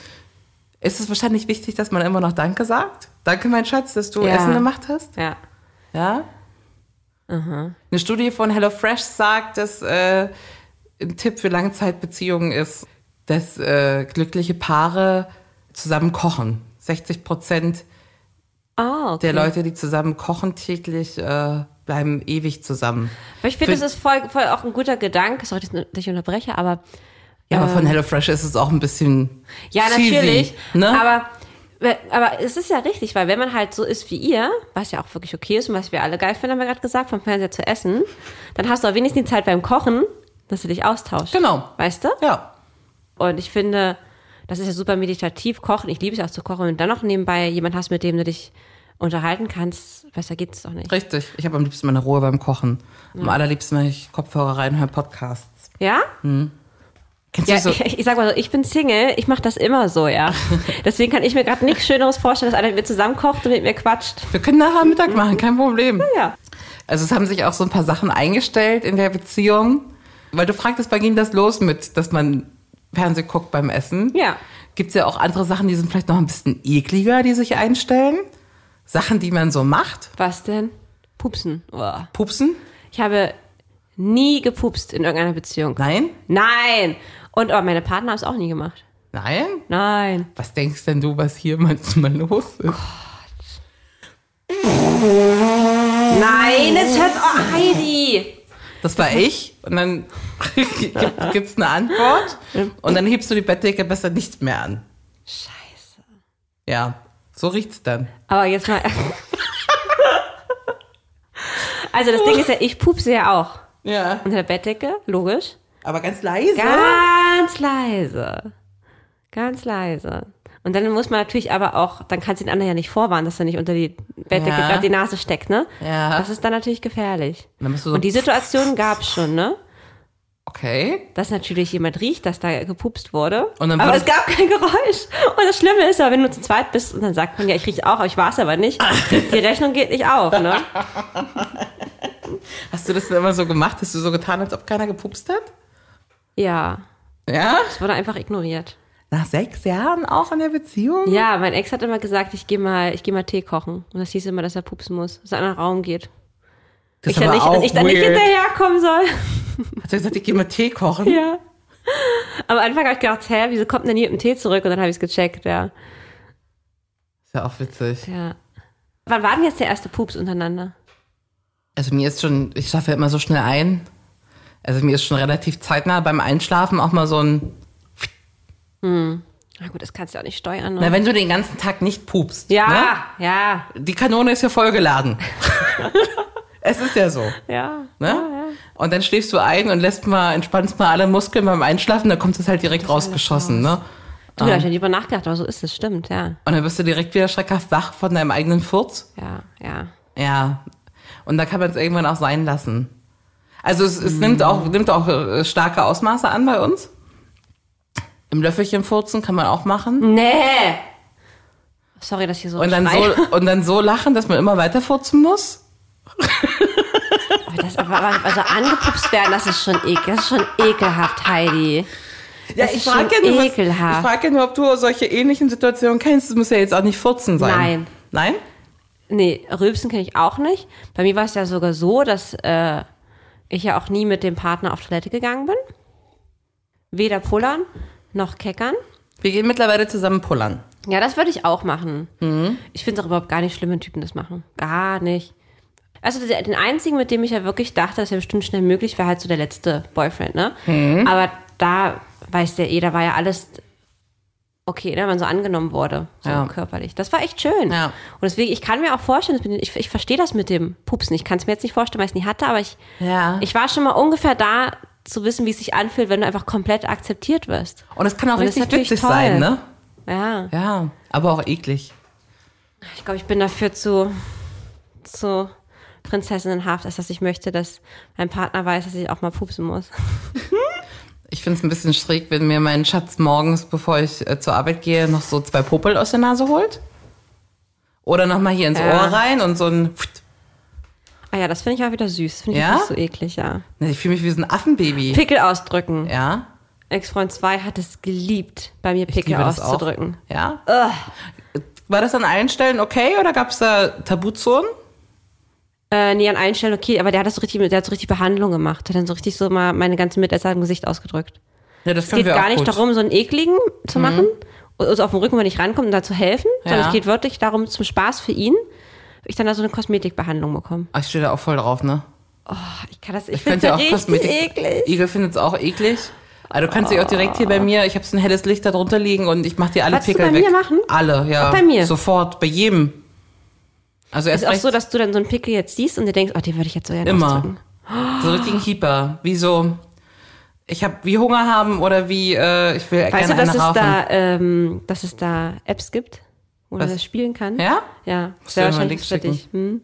Speaker 3: ist es wahrscheinlich wichtig, dass man immer noch Danke sagt. Danke, mein Schatz, dass du
Speaker 4: Ja.
Speaker 3: Essen gemacht hast.
Speaker 4: Ja.
Speaker 3: Ja. Eine Studie von HelloFresh sagt, dass äh, ein Tipp für Langzeitbeziehungen ist, dass äh, glückliche Paare zusammen kochen. 60 Prozent
Speaker 4: Oh, okay.
Speaker 3: der Leute, die zusammen kochen täglich, äh, bleiben ewig zusammen.
Speaker 4: Aber ich finde,
Speaker 3: Für-
Speaker 4: das ist voll, voll auch ein guter Gedanke. Sorry, dass ich dich unterbreche, aber
Speaker 3: Ja, aber von HelloFresh ist es auch ein bisschen
Speaker 4: Ja,
Speaker 3: cheesy,
Speaker 4: natürlich.
Speaker 3: Ne?
Speaker 4: Aber we- aber es ist ja richtig, weil wenn man halt so ist wie ihr, was ja auch wirklich okay ist und was wir alle geil finden, haben wir gerade gesagt, vom Fernseher zu essen, dann hast du auch wenigstens die Zeit beim Kochen, dass du dich austauschst.
Speaker 3: Genau.
Speaker 4: Weißt du?
Speaker 3: Ja.
Speaker 4: Und ich finde, das ist ja super meditativ, kochen. Ich liebe es auch zu kochen. Und dann noch nebenbei jemand hast, mit dem du dich unterhalten kannst, besser geht's doch nicht.
Speaker 3: Richtig. Ich habe am liebsten meine Ruhe beim Kochen. Am allerliebsten, wenn ich Kopfhörer reinhöre, Podcasts.
Speaker 4: Ja?
Speaker 3: Kennst
Speaker 4: Ja,
Speaker 3: du Mhm. so?
Speaker 4: [laughs] ich, ich sag mal so, ich bin Single, ich mache das immer
Speaker 3: [laughs]
Speaker 4: so, ja. Deswegen kann ich mir gerade nichts Schöneres vorstellen, dass einer mit mir zusammen kocht und mit mir quatscht.
Speaker 3: Wir können nachher Mittag machen, kein Problem.
Speaker 4: Ja.
Speaker 3: Also es haben sich auch so ein paar Sachen eingestellt in der Beziehung. Weil du fragtest, bei ging das los mit, dass man Fernseh guckt beim Essen?
Speaker 4: Ja.
Speaker 3: Gibt es ja auch andere Sachen, die sind vielleicht noch ein bisschen ekliger, die sich einstellen. Sachen, die man so macht.
Speaker 4: Was denn? Pupsen. Uah.
Speaker 3: Pupsen?
Speaker 4: Ich habe nie gepupst in irgendeiner Beziehung.
Speaker 3: Nein?
Speaker 4: Nein! Und aber meine Partner haben es auch nie gemacht.
Speaker 3: Nein?
Speaker 4: Nein.
Speaker 3: Was denkst denn du, was hier manchmal los ist?
Speaker 4: Nein, es hört. Oh, Heidi!
Speaker 3: Das war ich. Und dann [laughs] gibt, gibt's eine Antwort. Und dann hebst du die Bettdecke besser nicht mehr an.
Speaker 4: Scheiße.
Speaker 3: Ja, so riecht's dann.
Speaker 4: Aber jetzt mal. [laughs] also das Ding ist ja, ich pupse ja auch.
Speaker 3: Ja.
Speaker 4: Unter der Bettdecke, logisch.
Speaker 3: Aber ganz leise.
Speaker 4: Ganz leise. Ganz leise. Und dann muss man natürlich aber auch, dann kannst du den anderen ja nicht vorwarnen, dass er nicht unter die Bettdecke
Speaker 3: Ja.
Speaker 4: gerade die Nase steckt, ne?
Speaker 3: Ja.
Speaker 4: Das ist dann natürlich gefährlich.
Speaker 3: Dann bist du so-
Speaker 4: Und die Situation gab's schon, ne?
Speaker 3: Okay.
Speaker 4: Dass natürlich jemand riecht, dass da gepupst wurde.
Speaker 3: Und dann
Speaker 4: aber
Speaker 3: wird-
Speaker 4: es gab kein Geräusch. Und das Schlimme ist, aber wenn du zu zweit bist und dann sagt man, ja, ich rieche auch, aber ich war's aber
Speaker 3: [laughs]
Speaker 4: nicht. Die Rechnung geht nicht auf, ne?
Speaker 3: Hast du das denn immer so gemacht, dass du so getan hast, ob keiner gepupst hat?
Speaker 4: Ja.
Speaker 3: Ja.
Speaker 4: Es wurde einfach ignoriert.
Speaker 3: Nach sechs Jahren auch in der Beziehung?
Speaker 4: Ja, mein Ex hat immer gesagt, ich gehe mal, ich geh mal Tee kochen. Und das hieß immer, dass er pupsen muss, dass er in einen Raum geht.
Speaker 3: Das
Speaker 4: ich dann nicht, ich dann nicht hinterherkommen soll. [laughs]
Speaker 3: Hast du gesagt, ich gehe mal Tee kochen?
Speaker 4: ja. Am Anfang habe ich gedacht, hä, wieso kommt denn hier mit dem Tee zurück? Und dann habe ich es gecheckt, ja.
Speaker 3: Ist ja auch witzig.
Speaker 4: ja. Wann war denn jetzt der erste Pups untereinander?
Speaker 3: Also mir ist schon, ich schlafe ja immer so schnell ein. Also mir ist schon relativ zeitnah beim Einschlafen auch mal so ein,
Speaker 4: Na gut, das kannst du ja auch nicht steuern.
Speaker 3: na
Speaker 4: Ne?
Speaker 3: wenn du den ganzen Tag nicht pupst. Ne?
Speaker 4: ja, ja,
Speaker 3: die Kanone ist ja vollgeladen. [laughs] es ist ja so.
Speaker 4: ja.
Speaker 3: Ne? Und dann schläfst du ein und lässt mal, entspannst mal alle Muskeln beim Einschlafen, dann kommt das halt direkt rausgeschossen. Ne?
Speaker 4: Du, da habe ich ja nicht drüber nachgedacht, aber so ist es, stimmt, ja.
Speaker 3: Und dann wirst du direkt wieder schreckhaft wach von deinem eigenen Furz.
Speaker 4: Ja, ja.
Speaker 3: Ja. Und da kann man es irgendwann auch sein lassen. Also es, es nimmt auch, nimmt auch äh, starke Ausmaße an bei uns. Im Löffelchen furzen kann man auch machen.
Speaker 4: Nee! Sorry, dass ich hier so
Speaker 3: Und dann
Speaker 4: schrei.
Speaker 3: so, und dann so lachen, dass man immer weiter furzen muss.
Speaker 4: [laughs] Aber das, aber, aber- also angepupst werden, das ist schon ekel, das ist schon ekelhaft, Heidi.
Speaker 3: Ja,
Speaker 4: Das
Speaker 3: ich
Speaker 4: ist schon
Speaker 3: frage ja, nur, was- ich
Speaker 4: ekelhaft.
Speaker 3: frag ja nur, ob du solche ähnlichen Situationen kennst. Das muss ja jetzt auch nicht 14 sein.
Speaker 4: Nein.
Speaker 3: Nein?
Speaker 4: Nee, Rülpsen kenne ich auch nicht. Bei mir war es ja sogar so, dass äh, ich ja auch nie mit dem Partner auf Toilette gegangen bin. Weder pullern noch keckern.
Speaker 3: Wir gehen mittlerweile zusammen pullern.
Speaker 4: Ja, das würde ich auch machen.
Speaker 3: Mhm.
Speaker 4: Ich finde es auch überhaupt gar nicht schlimm, wenn Typen das machen. Gar nicht. Also der- den einzigen, mit dem ich ja wirklich dachte, dass er bestimmt schnell möglich war, halt so der letzte Boyfriend, ne?
Speaker 3: Mhm.
Speaker 4: Aber da weiß der eh, da war ja alles okay, ne, wenn man so angenommen wurde, so
Speaker 3: Ja.
Speaker 4: körperlich. Das war echt schön.
Speaker 3: Ja.
Speaker 4: Und deswegen, ich kann mir auch vorstellen, dass mit den- ich, ich verstehe das mit dem Pupsen. Ich kann es mir jetzt nicht vorstellen, weil ich es nie hatte, aber ich,
Speaker 3: Ja.
Speaker 4: ich war schon mal ungefähr da, zu wissen, wie es sich anfühlt, wenn du einfach komplett akzeptiert wirst.
Speaker 3: Und es kann auch
Speaker 4: Und das ist
Speaker 3: richtig
Speaker 4: natürlich
Speaker 3: witzig
Speaker 4: toll.
Speaker 3: sein, ne?
Speaker 4: Ja.
Speaker 3: Ja. Aber auch eklig.
Speaker 4: Ich glaube, ich bin dafür zu, zu prinzessinnenhaft, als dass ich möchte, dass mein Partner weiß, dass ich auch mal pupsen muss.
Speaker 3: Ich finde es ein bisschen schräg, wenn mir mein Schatz morgens, bevor ich äh, zur Arbeit gehe, noch so zwei Popel aus der Nase holt. Oder nochmal hier ins
Speaker 4: Ja.
Speaker 3: Ohr rein und so ein.
Speaker 4: Ah ja, das finde ich auch wieder süß. Finde ich
Speaker 3: Ja?
Speaker 4: nicht so eklig, ja.
Speaker 3: Na, Ich fühle mich wie so ein Affenbaby.
Speaker 4: Pickel ausdrücken.
Speaker 3: Ja.
Speaker 4: Ex-Freund 2 hat es geliebt, bei mir
Speaker 3: Ich
Speaker 4: Pickel
Speaker 3: liebe das auch.
Speaker 4: auszudrücken.
Speaker 3: Ja. War das an allen Stellen okay oder gab es da Tabuzonen?
Speaker 4: Äh, nee, an allen Stellen okay, aber der hat das so richtig, der hat so richtig Behandlung gemacht. Hat dann so richtig so mal meine ganze Mitesser im Gesicht ausgedrückt.
Speaker 3: Ja, das
Speaker 4: Es geht gar nicht darum, so einen ekligen zu machen und uns auf dem Rücken, wenn ich rankomme, um da zu helfen, sondern
Speaker 3: Mhm. Ja.
Speaker 4: es geht wirklich darum, zum Spaß für ihn, hab ich dann da so eine Kosmetikbehandlung bekommen.
Speaker 3: Ach, ich stehe da auch voll drauf, ne?
Speaker 4: Oh, Ich kann das, ich,
Speaker 3: Ich
Speaker 4: find's
Speaker 3: könnte ja auch
Speaker 4: richtig
Speaker 3: Kosmetik.
Speaker 4: eklig.
Speaker 3: Igel findet es auch eklig. Also du kannst dich auch direkt hier bei mir, ich habe so ein helles Licht da drunter liegen und ich mache dir alle
Speaker 4: Kannst du
Speaker 3: Pickel
Speaker 4: bei
Speaker 3: weg.
Speaker 4: mir machen?
Speaker 3: Alle, ja.
Speaker 4: Auch bei mir?
Speaker 3: Sofort, bei jedem. Also erst
Speaker 4: Ist auch
Speaker 3: recht
Speaker 4: so, dass du dann so einen Pickel jetzt siehst und dir denkst, oh, den würde ich jetzt so gerne
Speaker 3: immer.
Speaker 4: ausdrücken.
Speaker 3: So richtigen Keeper. Wie so, ich habe wie Hunger haben oder wie, äh, ich will
Speaker 4: Weißt
Speaker 3: gerne
Speaker 4: du, dass
Speaker 3: eine
Speaker 4: es,
Speaker 3: rauchen.
Speaker 4: da, ähm, dass es da Apps gibt, wo
Speaker 3: Was?
Speaker 4: man das spielen kann?
Speaker 3: Ja?
Speaker 4: Ja.
Speaker 3: Musst du mir mal einen
Speaker 4: wahrscheinlich
Speaker 3: Link
Speaker 4: für dich. Hm?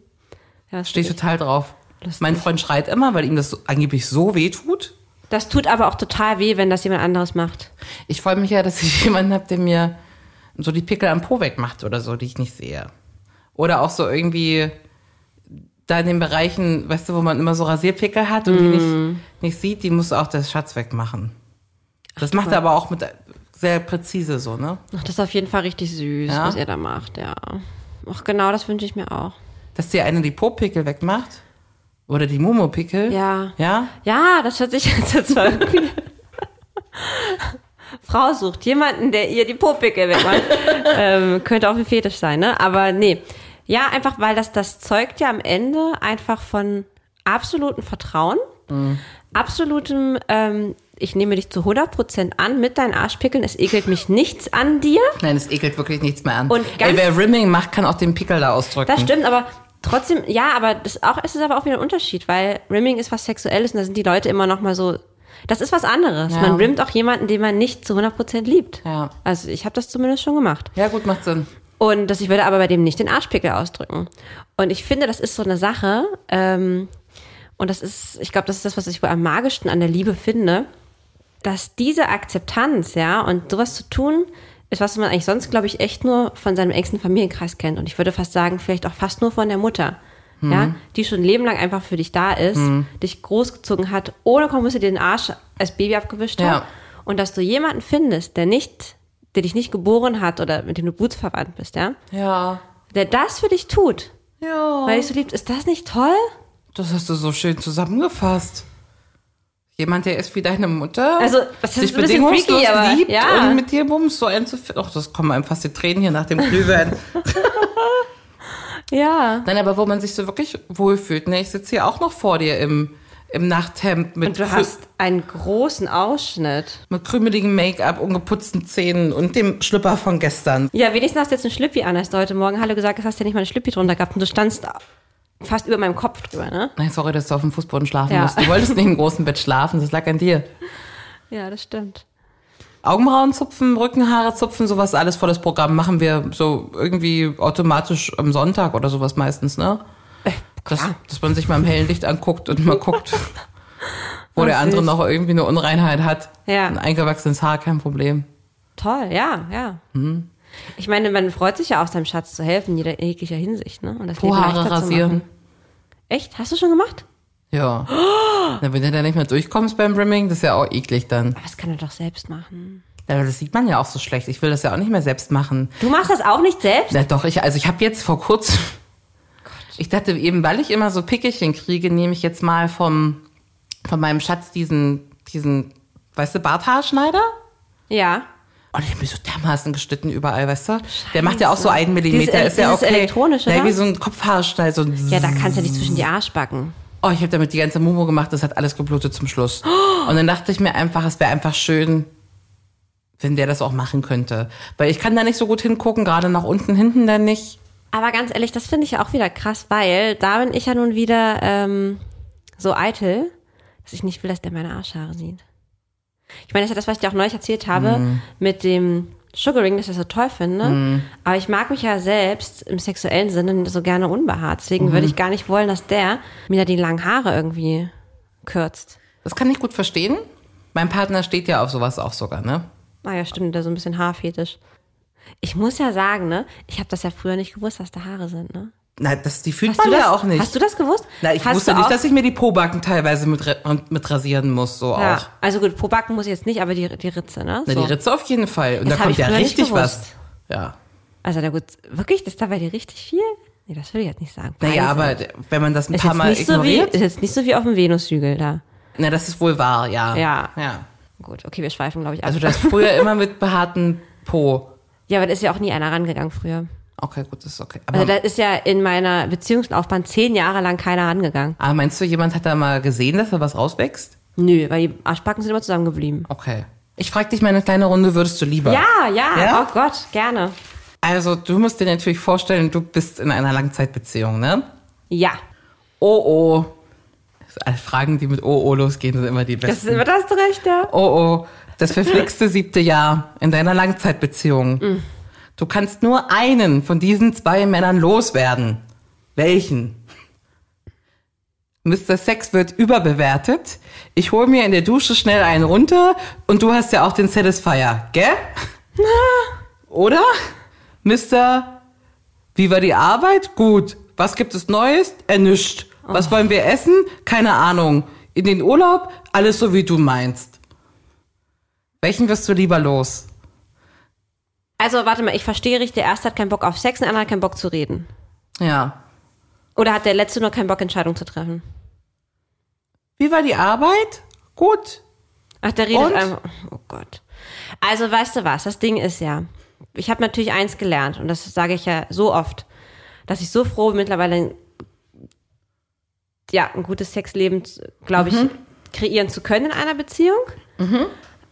Speaker 4: Ja, ist
Speaker 3: Stehe ich
Speaker 4: für dich.
Speaker 3: total drauf. Mein Freund schreit immer, weil ihm das so, angeblich so weh tut.
Speaker 4: Das tut aber auch total weh, wenn das jemand anderes macht.
Speaker 3: Ich freue mich ja, dass ich [laughs] jemanden habe, der mir so die Pickel am Po wegmacht oder so, die ich nicht sehe. Oder auch so irgendwie da in den Bereichen, weißt du, wo man immer so Rasierpickel hat und die
Speaker 4: Mhm.
Speaker 3: nicht, nicht sieht, die muss auch der Schatz wegmachen. Das macht er aber auch mit sehr präzise so, ne?
Speaker 4: Ach, das ist auf jeden Fall richtig süß,
Speaker 3: Ja?
Speaker 4: was ihr da macht, ja. Ach, genau, das wünsche ich mir auch.
Speaker 3: Dass dir eine die Po-Pickel wegmacht oder die Mumu-Pickel.
Speaker 4: Ja.
Speaker 3: Ja?
Speaker 4: Ja, das hört sich [laughs] jetzt zwar irgendwie. Frau sucht jemanden, der ihr die Popicke wegmacht. ähm, könnte auch ein Fetisch sein, ne? Aber nee. Ja, einfach, weil das, das zeugt ja am Ende einfach von absolutem Vertrauen, absolutem, ähm, ich nehme dich zu 100% an mit deinen Arschpickeln, es ekelt mich nichts an dir.
Speaker 3: Nein, es ekelt wirklich nichts mehr an.
Speaker 4: Und
Speaker 3: Ey,
Speaker 4: ganz-
Speaker 3: wer Rimming macht, kann auch den Pickel da ausdrücken.
Speaker 4: Das stimmt, aber trotzdem, ja, aber das auch, es ist aber auch wieder ein Unterschied, weil Rimming ist was Sexuelles und da sind die Leute immer noch mal so, das ist was anderes.
Speaker 3: Ja.
Speaker 4: Man rimmt auch jemanden, den man nicht zu 100% liebt.
Speaker 3: Ja.
Speaker 4: Also ich habe das zumindest schon gemacht.
Speaker 3: Ja, gut, macht Sinn.
Speaker 4: Und das, ich würde aber bei dem nicht den Arschpickel ausdrücken. Und ich finde, das ist so eine Sache, ähm, und das ist, ich glaube, das ist das, was ich wohl am magischsten an der Liebe finde, dass diese Akzeptanz, ja, und sowas zu tun, ist was man eigentlich sonst, glaube ich, echt nur von seinem engsten Familienkreis kennt. Und ich würde fast sagen, vielleicht auch fast nur von der Mutter. Ja, die schon ein Leben lang einfach für dich da ist, dich großgezogen hat, ohne Kompromisse dir den Arsch als Baby abgewischt
Speaker 3: Ja.
Speaker 4: hat. Und dass du jemanden findest, der nicht, der dich nicht geboren hat oder mit dem du blutsverwandt bist, ja,
Speaker 3: Ja.
Speaker 4: der das für dich tut,
Speaker 3: Ja.
Speaker 4: weil dich so liebt, ist das nicht toll?
Speaker 3: Das hast du so schön zusammengefasst. Jemand, der ist wie deine Mutter.
Speaker 4: Also, das ist
Speaker 3: dich
Speaker 4: ein bisschen
Speaker 3: bedingungslos
Speaker 4: freaky, aber
Speaker 3: liebt
Speaker 4: ja.
Speaker 3: und mit dir bums so einzuführen. Ach, das kommen einem fast die Tränen hier nach dem
Speaker 4: [laughs]
Speaker 3: Glühwein.
Speaker 4: Ja.
Speaker 3: Nein, aber wo man sich so wirklich wohlfühlt. Ne? Ich sitze hier auch noch vor dir im, im Nachthemd mit,
Speaker 4: Und du
Speaker 3: krü-
Speaker 4: hast einen großen Ausschnitt.
Speaker 3: mit krümeligem Make-up, ungeputzten Zähnen und dem Schlüpper von gestern.
Speaker 4: Ja, wenigstens hast du jetzt einen Schlüppi an. Hast du heute Morgen Hallo gesagt, hast, hast du ja nicht mal einen Schlüppi drunter gehabt und du standst fast über meinem Kopf drüber, ne?
Speaker 3: Nein, sorry, dass du auf dem Fußboden schlafen
Speaker 4: Ja.
Speaker 3: musst. Du wolltest nicht im großen Bett schlafen, das lag an dir.
Speaker 4: Ja, das stimmt.
Speaker 3: Augenbrauen zupfen, Rückenhaare zupfen, sowas alles vor das Programm machen wir so irgendwie automatisch am Sonntag oder sowas meistens, ne? Dass, dass man sich mal im hellen Licht anguckt und mal guckt, wo der andere
Speaker 4: süß.
Speaker 3: noch irgendwie eine Unreinheit hat.
Speaker 4: Ja.
Speaker 3: Ein eingewachsenes Haar, kein Problem.
Speaker 4: Toll, ja, ja.
Speaker 3: Hm.
Speaker 4: Ich meine, man freut sich ja auch, seinem Schatz zu helfen, in jeder- in jeglicher Hinsicht, ne? Und das Leben
Speaker 3: Po-Haare
Speaker 4: leichter zu
Speaker 3: rasieren.
Speaker 4: machen. Echt? Hast du schon gemacht?
Speaker 3: Ja. Na, wenn du da nicht mehr durchkommst beim Rimming, das ist ja auch eklig dann.
Speaker 4: Aber das kann er doch selbst machen.
Speaker 3: Aber das sieht man ja auch so schlecht. Ich will das ja auch nicht mehr selbst machen.
Speaker 4: Du machst das auch nicht selbst?
Speaker 3: Na doch, ich, also ich habe jetzt vor kurzem, ich dachte eben, weil ich immer so Pickelchen kriege, nehme ich jetzt mal vom, von meinem Schatz diesen, diesen, weißt du, Barthaarschneider?
Speaker 4: Ja.
Speaker 3: Und ich habe mir so dermaßen geschnitten überall, weißt du? Der macht ja auch so einen Millimeter,
Speaker 4: Dieses-
Speaker 3: ist ja
Speaker 4: dieses
Speaker 3: okay.
Speaker 4: elektronische,
Speaker 3: Nein,
Speaker 4: oder?
Speaker 3: wie so ein Kopfhaarschneider. So ein
Speaker 4: Ja, da kannst du dich zwischen die Arschbacken.
Speaker 3: oh, ich habe damit die ganze Mumu gemacht, das hat alles geblutet zum Schluss.
Speaker 4: Oh.
Speaker 3: Und dann dachte ich mir einfach, es wäre einfach schön, wenn der das auch machen könnte. Weil ich kann da nicht so gut hingucken, gerade nach unten, hinten dann nicht.
Speaker 4: Aber ganz ehrlich, das finde ich ja auch wieder krass, weil da bin ich ja nun wieder ähm, so eitel, dass ich nicht will, dass der meine Arschhaare sieht. Ich meine, das ist ja das, was ich dir auch neulich erzählt habe
Speaker 3: Mhm.
Speaker 4: mit dem Sugaring, dass ich das so toll finde. Aber ich mag mich ja selbst im sexuellen Sinne so gerne unbehaart. Deswegen würde
Speaker 3: Mhm.
Speaker 4: ich gar nicht wollen, dass der mir da die langen Haare irgendwie kürzt.
Speaker 3: Das kann ich gut verstehen. Mein Partner steht ja auf sowas auch sogar, ne?
Speaker 4: Naja, Ah stimmt, da so ein bisschen Haarfetisch. Ich muss ja sagen, ne, ich habe das ja früher nicht gewusst, dass da Haare sind, ne?
Speaker 3: Na, das, die fühlt
Speaker 4: Hast
Speaker 3: man
Speaker 4: du das,
Speaker 3: ja auch nicht.
Speaker 4: Hast du das gewusst?
Speaker 3: Na, ich
Speaker 4: hast
Speaker 3: wusste
Speaker 4: du
Speaker 3: nicht,
Speaker 4: auch-
Speaker 3: dass ich mir die Pobacken teilweise mit, re- und mit rasieren muss, so
Speaker 4: Ja,
Speaker 3: auch.
Speaker 4: also gut, Probacken muss ich jetzt nicht, aber die, die Ritze, ne?
Speaker 3: Na,
Speaker 4: so.
Speaker 3: die Ritze auf jeden Fall. Und da
Speaker 4: Das hab
Speaker 3: kommt
Speaker 4: ich
Speaker 3: ja
Speaker 4: früher nicht
Speaker 3: richtig was.
Speaker 4: gewusst.
Speaker 3: Ja.
Speaker 4: Also na gut, wirklich, das ist da bei dir richtig viel? Nee, das will ich jetzt nicht sagen.
Speaker 3: Naja, aber
Speaker 4: Peinlich.
Speaker 3: wenn man das ein
Speaker 4: ist
Speaker 3: paar
Speaker 4: jetzt,
Speaker 3: Mal
Speaker 4: nicht so wie,
Speaker 3: ignoriert.
Speaker 4: ist jetzt nicht so wie auf dem Venushügel da.
Speaker 3: na, das ist wohl wahr, ja.
Speaker 4: Ja.
Speaker 3: ja.
Speaker 4: Gut, okay, wir schweifen, glaube ich, ab.
Speaker 3: Also
Speaker 4: [laughs]
Speaker 3: das früher immer mit behaarten Po.
Speaker 4: ja, aber da ist ja auch nie einer rangegangen früher.
Speaker 3: Okay, gut, das ist okay. Aber,
Speaker 4: Also da ist ja in meiner Beziehungslaufbahn zehn Jahre lang keiner rangegangen.
Speaker 3: ah, aber meinst du, jemand hat da mal gesehen, dass da was rauswächst?
Speaker 4: Nö, weil die Arschbacken sind immer zusammengeblieben.
Speaker 3: Okay. Ich frage dich mal eine kleine Runde, würdest du lieber?
Speaker 4: Ja, ja,
Speaker 3: Ja?
Speaker 4: oh Gott, gerne.
Speaker 3: Also, du musst dir natürlich vorstellen, du bist in einer Langzeitbeziehung, ne?
Speaker 4: Ja.
Speaker 3: Oh, oh. Das sind alle Fragen, die mit oh, oh losgehen, sind immer die besten.
Speaker 4: Das ist immer das Rechte.
Speaker 3: Oh oh, das verflixte siebte Jahr in deiner Langzeitbeziehung. Du kannst nur einen von diesen zwei Männern loswerden. Welchen? Mr. Sex wird überbewertet. Ich hole mir in der Dusche schnell einen runter und du hast ja auch den Satisfier, gell? Oder? Mr. Wie war die Arbeit? Gut. Was gibt es Neues? Ernischt. Was wollen wir essen? Keine Ahnung. In den Urlaub? Alles so, wie du meinst. Welchen wirst du lieber los?
Speaker 4: Also warte mal, ich verstehe richtig, der erste hat keinen Bock auf Sex, der andere hat keinen Bock zu reden.
Speaker 3: Ja.
Speaker 4: Oder hat der letzte nur keinen Bock, Entscheidungen zu treffen?
Speaker 3: Wie war die Arbeit? Gut.
Speaker 4: Ach, der redet
Speaker 3: Und?
Speaker 4: einfach. Oh Gott. Also, weißt du was? Das Ding ist ja, ich habe natürlich eins gelernt und das sage ich ja so oft, dass ich so froh bin, mittlerweile ein, ja, ein gutes Sexleben, glaube ich, kreieren zu können in einer Beziehung.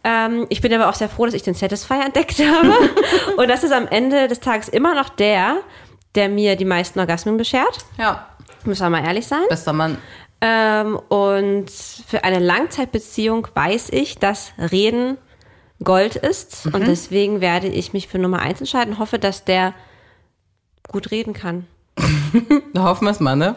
Speaker 4: Ähm, ich bin aber auch sehr froh, dass ich den Satisfier entdeckt habe. und das ist am Ende des Tages immer noch der, der mir die meisten Orgasmen beschert.
Speaker 3: Ja.
Speaker 4: Müssen wir mal ehrlich sein.
Speaker 3: Bester Mann.
Speaker 4: Ähm, und für eine Langzeitbeziehung weiß ich, dass Reden Gold ist.
Speaker 3: Mhm.
Speaker 4: Und deswegen werde ich mich für Nummer eins entscheiden. Hoffe, dass der gut reden kann.
Speaker 3: Da hoffen wir es mal, ne?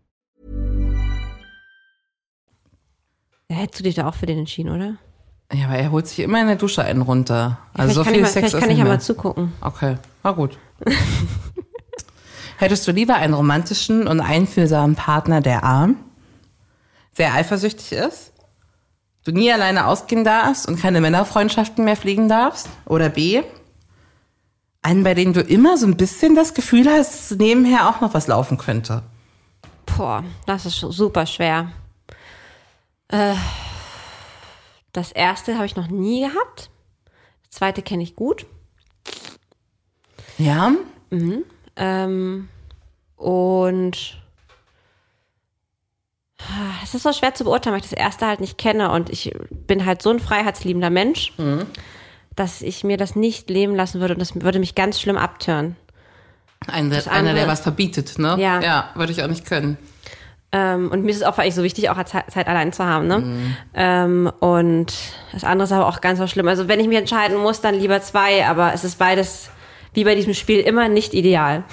Speaker 4: Da hättest du dich da auch für den entschieden, oder?
Speaker 3: Ja, aber er holt sich immer in der Dusche einen runter.
Speaker 4: vielleicht
Speaker 3: Also so
Speaker 4: kann
Speaker 3: viel
Speaker 4: ich mal,
Speaker 3: Sex
Speaker 4: vielleicht
Speaker 3: ist
Speaker 4: kann
Speaker 3: nicht
Speaker 4: ich ja
Speaker 3: mehr.
Speaker 4: mal zugucken.
Speaker 3: Okay, na gut. [laughs] Hättest du lieber einen romantischen und einfühlsamen Partner, der arm, sehr eifersüchtig ist, du nie alleine ausgehen darfst und keine Männerfreundschaften mehr fliegen darfst? Oder B, einen, bei dem du immer so ein bisschen das Gefühl hast, dass nebenher auch noch was laufen könnte?
Speaker 4: Boah, das ist schon super schwer. Äh, das erste habe ich noch nie gehabt. Das zweite kenne ich gut.
Speaker 3: Ja?
Speaker 4: Ähm, und ah, es ist so schwer zu beurteilen, weil ich das erste halt nicht kenne und ich bin halt so ein freiheitsliebender Mensch, dass ich mir das nicht leben lassen würde und das würde mich ganz schlimm abtören.
Speaker 3: Ein, einer,
Speaker 4: andere-
Speaker 3: der was verbietet, ne?
Speaker 4: Ja.
Speaker 3: Ja, würde ich auch nicht können.
Speaker 4: Ähm, und mir ist es auch eigentlich so wichtig, auch Ze- Zeit allein zu haben. Ne? Ähm, und das andere ist aber auch ganz so schlimm. Also wenn ich mich entscheiden muss, dann lieber zwei, aber es ist beides, wie bei diesem Spiel, immer nicht ideal.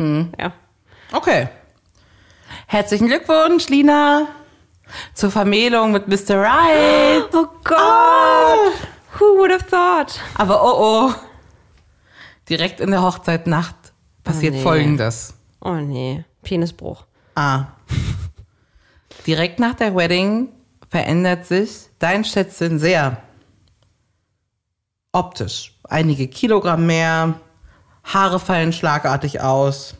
Speaker 4: Ja.
Speaker 3: Okay. Herzlichen Glückwunsch, Lina, zur Vermählung mit Mr. Right.
Speaker 4: Oh Gott! Ah. Who would have thought?
Speaker 3: Aber oh oh, direkt in der Hochzeitnacht passiert
Speaker 4: nee.
Speaker 3: Folgendes.
Speaker 4: Oh nee, Penisbruch.
Speaker 3: A. [laughs] Direkt nach der Wedding verändert sich dein Schätzchen sehr. Optisch. Einige Kilogramm mehr, Haare fallen schlagartig aus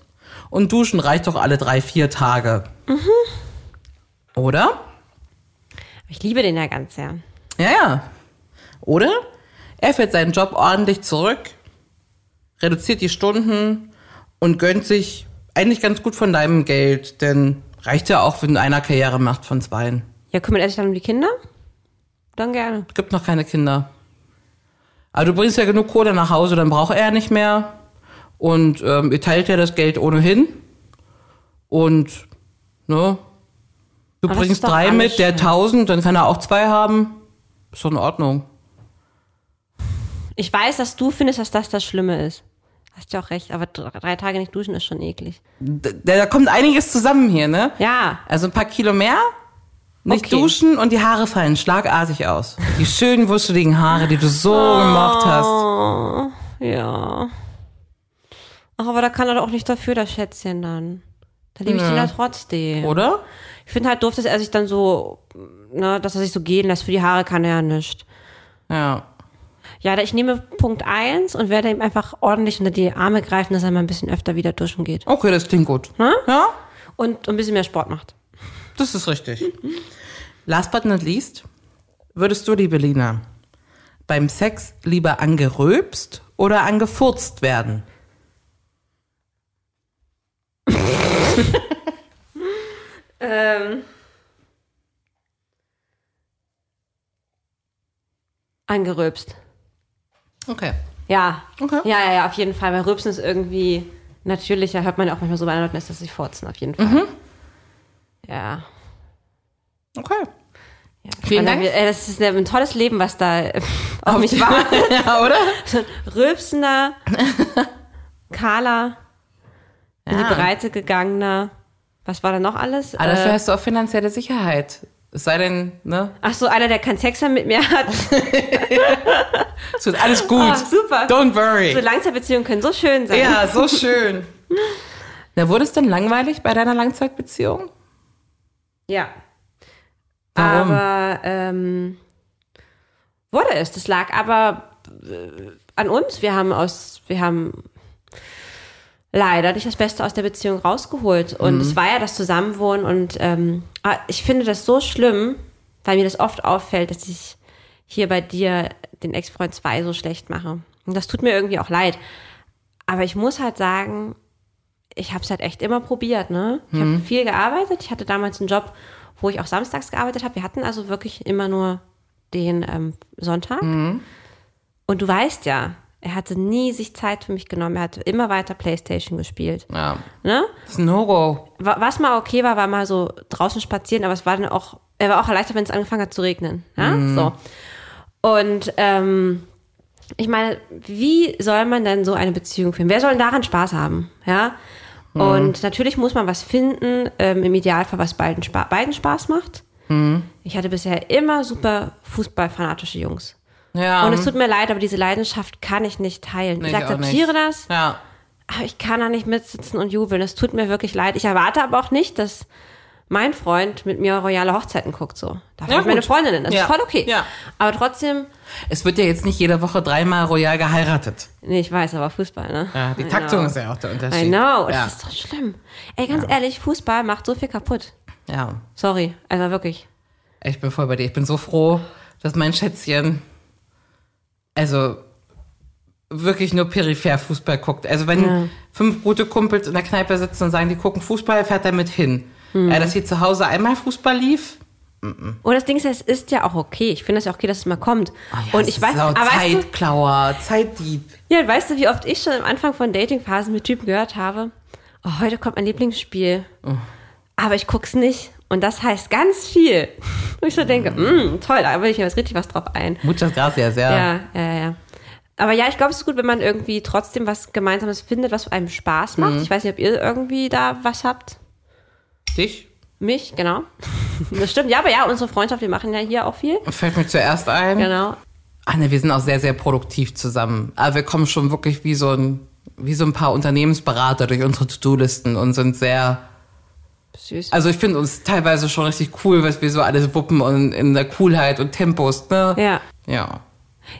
Speaker 3: und duschen reicht doch alle drei, vier Tage. Oder?
Speaker 4: Ich liebe den ja ganz sehr.
Speaker 3: Ja, ja. Oder? Er fährt seinen Job ordentlich zurück, reduziert die Stunden und gönnt sich eigentlich ganz gut von deinem Geld, denn reicht ja auch, wenn einer Karriere macht von zweien.
Speaker 4: Ja, kümmert er sich dann um die Kinder? Dann gerne.
Speaker 3: Gibt noch keine Kinder. Aber du bringst ja genug Kohle nach Hause, dann braucht er nicht mehr. Und ähm, ihr teilt ja das Geld ohnehin. Und, ne? Du
Speaker 4: Aber das
Speaker 3: bringst
Speaker 4: ist doch
Speaker 3: drei
Speaker 4: alles
Speaker 3: mit, der
Speaker 4: schön.
Speaker 3: 1000, dann kann er auch zwei haben. Ist doch in Ordnung.
Speaker 4: Ich weiß, dass du findest, dass das das Schlimme ist. Hast ja auch recht, aber dr- drei Tage nicht duschen ist schon eklig.
Speaker 3: Da, da kommt einiges zusammen hier, ne?
Speaker 4: Ja.
Speaker 3: Also ein paar Kilo mehr, nicht
Speaker 4: Okay.
Speaker 3: duschen und die Haare fallen schlagartig aus. Die schönen, wuscheligen Haare, die du so gemacht hast.
Speaker 4: Oh, ja. Ach, aber da kann er doch auch nicht dafür, das Schätzchen dann. Da liebe ich den ja trotzdem.
Speaker 3: Oder?
Speaker 4: Ich finde halt doof, dass er sich dann so, ne, dass er sich so gehen lässt. Für die Haare kann er ja nicht.
Speaker 3: Ja.
Speaker 4: Ja, da- ich nehme Punkt eins und werde ihm einfach ordentlich unter die Arme greifen, dass er mal ein bisschen öfter wieder duschen geht. Ne?
Speaker 3: Okay, das klingt gut. Ja,
Speaker 4: Und ein bisschen mehr Sport macht.
Speaker 3: das ist richtig. Last but not least, würdest du, liebe Lina, beim Sex lieber angeröpst oder angefurzt werden?
Speaker 4: Ähm. Angerülpst.
Speaker 3: Okay.
Speaker 4: Ja.
Speaker 3: Okay.
Speaker 4: Ja, ja, ja, auf jeden Fall. Weil Rülpsen ist irgendwie natürlicher. Hört man ja auch manchmal so bei anderen Leuten, dass sie furzen, auf jeden Fall.
Speaker 3: Mhm.
Speaker 4: Ja.
Speaker 3: Okay. Vielen
Speaker 4: Weil
Speaker 3: Dank.
Speaker 4: wir- Ey, das ist ein tolles Leben, was da [laughs] auf mich war.
Speaker 3: [laughs] ja, Ah, oder? [laughs]
Speaker 4: Rülpsender, kahler, in die Breite gegangener. Was war da noch alles?
Speaker 3: Aber
Speaker 4: Äh,
Speaker 3: Ah, dafür hast du auch finanzielle Sicherheit. Es sei denn, ne?
Speaker 4: Ach so, einer, der keinen Sex mehr mit mir hat.
Speaker 3: [laughs] Es wird alles gut.
Speaker 4: Ah, super.
Speaker 3: Don't worry.
Speaker 4: So Langzeitbeziehungen können so schön sein.
Speaker 3: Ja, so schön. [laughs] Na, wurde es denn langweilig bei deiner Langzeitbeziehung?
Speaker 4: Ja.
Speaker 3: Warum?
Speaker 4: Aber ähm, wurde es. Das lag aber äh, an uns. Wir haben aus, wir haben leider nicht das Beste aus der Beziehung rausgeholt. Und es war ja das Zusammenwohnen. Und ähm, ah, ich finde das so schlimm, weil mir das oft auffällt, dass ich hier bei dir den Ex-Freund 2 so schlecht mache. Und das tut mir irgendwie auch leid. Aber ich muss halt sagen, ich habe es halt echt immer probiert. Ne? Ich habe viel gearbeitet. Ich hatte damals einen Job, wo ich auch samstags gearbeitet habe. Wir hatten also wirklich immer nur den ähm, Sonntag. Und du weißt ja, er hatte nie sich Zeit für mich genommen. Er hat immer weiter Playstation gespielt.
Speaker 3: Ja.
Speaker 4: Ne?
Speaker 3: Das ist ein No-Go.
Speaker 4: Wa- Was mal okay war, war mal so draußen spazieren, aber es war dann auch, er war auch erleichtert, wenn es angefangen hat zu regnen. Ja? So. Und ähm, ich meine, wie soll man denn so eine Beziehung führen? Wer soll denn daran Spaß haben? Ja. Und natürlich muss man was finden, ähm, im Idealfall, was beiden, Spa beiden Spaß macht. Ich hatte bisher immer super fußballfanatische Jungs.
Speaker 3: Ja.
Speaker 4: Und es tut mir leid, aber diese Leidenschaft kann ich nicht teilen.
Speaker 3: Nee,
Speaker 4: ich
Speaker 3: ich auch
Speaker 4: akzeptiere
Speaker 3: nicht.
Speaker 4: das,
Speaker 3: Ja.
Speaker 4: aber ich kann da nicht mitsitzen und jubeln. Es tut mir wirklich leid. Ich erwarte aber auch nicht, dass mein Freund mit mir royale Hochzeiten guckt. So. Dafür
Speaker 3: Ja,
Speaker 4: hat meine
Speaker 3: gut.
Speaker 4: Freundinnen. Das
Speaker 3: Ja.
Speaker 4: ist voll okay.
Speaker 3: Ja.
Speaker 4: Aber trotzdem,
Speaker 3: Es wird ja jetzt nicht jede Woche dreimal royal geheiratet.
Speaker 4: nee, ich weiß, aber Fußball, ne?
Speaker 3: Ja, die
Speaker 4: I
Speaker 3: Taktung
Speaker 4: know.
Speaker 3: ist ja auch der
Speaker 4: I
Speaker 3: Unterschied.
Speaker 4: know,
Speaker 3: Ja.
Speaker 4: das ist doch schlimm. Ey, ganz ehrlich, Fußball macht so viel kaputt.
Speaker 3: ja.
Speaker 4: Sorry, also wirklich.
Speaker 3: Ich bin voll bei dir. Ich bin so froh, dass mein Schätzchen, also wirklich nur peripher Fußball guckt. Also wenn fünf gute Kumpels in der Kneipe sitzen und sagen, die gucken Fußball, fährt er mit hin. Ja, dass hier zu Hause einmal Fußball lief,
Speaker 4: Und das Ding ist, es ist ja auch okay. Ich finde es ja okay, dass es mal kommt.
Speaker 3: Oh Ja,
Speaker 4: und
Speaker 3: das
Speaker 4: ich weiß,
Speaker 3: ist auch
Speaker 4: aber weißt du,
Speaker 3: Zeitklauer, Zeitdieb.
Speaker 4: Ja, und weißt du, wie oft ich schon am Anfang von Datingphasen mit Typen gehört habe, oh, heute kommt mein Lieblingsspiel,
Speaker 3: Oh.
Speaker 4: aber ich guck's nicht. Und das heißt ganz viel. [laughs] Und ich so denke, mm, toll, da will ich mir jetzt richtig was drauf ein.
Speaker 3: Muchas gracias, Mhm. ja.
Speaker 4: Ja, ja, ja. ja. Aber ja, ich glaube, es ist gut, wenn man irgendwie trotzdem was Gemeinsames findet, was einem Spaß
Speaker 3: Mhm.
Speaker 4: macht. Ich weiß nicht, ob ihr irgendwie da was habt.
Speaker 3: Dich?
Speaker 4: Mich, genau. [laughs] Das stimmt. Ja, aber ja, unsere Freundschaft, wir machen ja hier auch viel.
Speaker 3: Fällt mir zuerst ein.
Speaker 4: Genau.
Speaker 3: Ach ne, wir sind auch sehr, sehr produktiv zusammen. Aber wir kommen schon wirklich wie so ein, wie so ein paar Unternehmensberater durch unsere To-Do-Listen und sind sehr,
Speaker 4: Süß.
Speaker 3: also ich finde uns teilweise schon richtig cool, was wir so alles wuppen und in der Coolheit und Tempos, ne?
Speaker 4: Ja.
Speaker 3: Ja.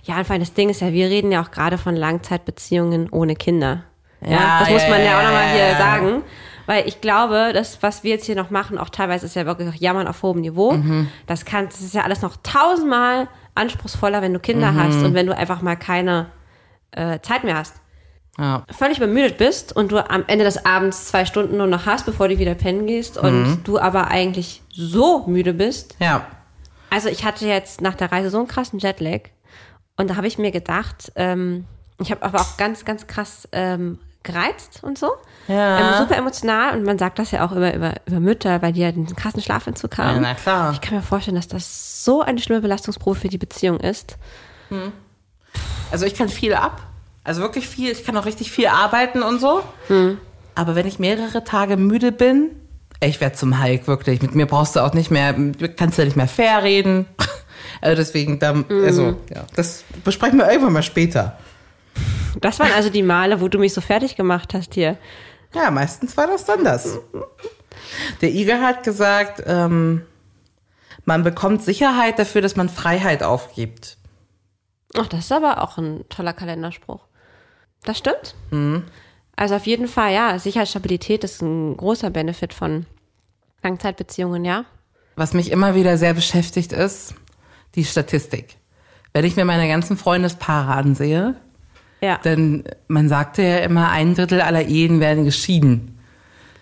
Speaker 4: Ja, und vor allem das Ding ist ja, wir reden ja auch gerade von Langzeitbeziehungen ohne Kinder. Ja,
Speaker 3: Ja,
Speaker 4: das
Speaker 3: ja,
Speaker 4: muss man ja,
Speaker 3: ja,
Speaker 4: auch nochmal
Speaker 3: ja,
Speaker 4: hier
Speaker 3: ja.
Speaker 4: sagen. Weil ich glaube, das, was wir jetzt hier noch machen, auch teilweise ist ja wirklich auch Jammern auf hohem Niveau.
Speaker 3: Mhm.
Speaker 4: Das, kann, das ist ja alles noch tausendmal anspruchsvoller, wenn du
Speaker 3: Mhm.
Speaker 4: Kinder hast und wenn du einfach mal keine äh, Zeit mehr hast.
Speaker 3: Ja.
Speaker 4: Völlig übermüdet bist und du am Ende des Abends zwei Stunden nur noch hast, bevor du wieder pennen gehst
Speaker 3: Mhm.
Speaker 4: und du aber eigentlich so müde bist,
Speaker 3: Ja.
Speaker 4: also ich hatte jetzt nach der Reise so einen krassen Jetlag und da habe ich mir gedacht, ähm, ich habe aber auch ganz, ganz krass ähm, gereizt und so.
Speaker 3: Ja.
Speaker 4: Ähm, super emotional und man sagt das ja auch immer über, über Mütter, weil die ja diesen krassen Schlafentzug haben.
Speaker 3: Ja, na klar.
Speaker 4: Ich kann mir vorstellen, dass das so eine schlimme Belastungsprobe für die Beziehung ist.
Speaker 3: Also ich kann viel ab. Also wirklich viel. Ich kann auch richtig viel arbeiten und so. Aber wenn ich mehrere Tage müde bin, ey, ich werde zum Hulk, wirklich. Mit mir brauchst du auch nicht mehr, kannst du nicht mehr fair reden. [laughs] Also deswegen, da, also, ja, das besprechen wir irgendwann mal später.
Speaker 4: Das waren also die Male, wo du mich so fertig gemacht hast hier.
Speaker 3: Ja, meistens war das dann das. Der Igel hat gesagt, ähm, man bekommt Sicherheit dafür, dass man Freiheit aufgibt.
Speaker 4: Ach, das ist aber auch ein toller Kalenderspruch. Das stimmt.
Speaker 3: Mhm.
Speaker 4: Also auf jeden Fall, ja, Sicherheit, Stabilität ist ein großer Benefit von Langzeitbeziehungen, ja.
Speaker 3: Was mich immer wieder sehr beschäftigt ist, die Statistik. Wenn ich mir meine ganzen Freundespaare ansehe,
Speaker 4: Ja.
Speaker 3: denn man sagte ja immer, ein Drittel aller Ehen werden geschieden.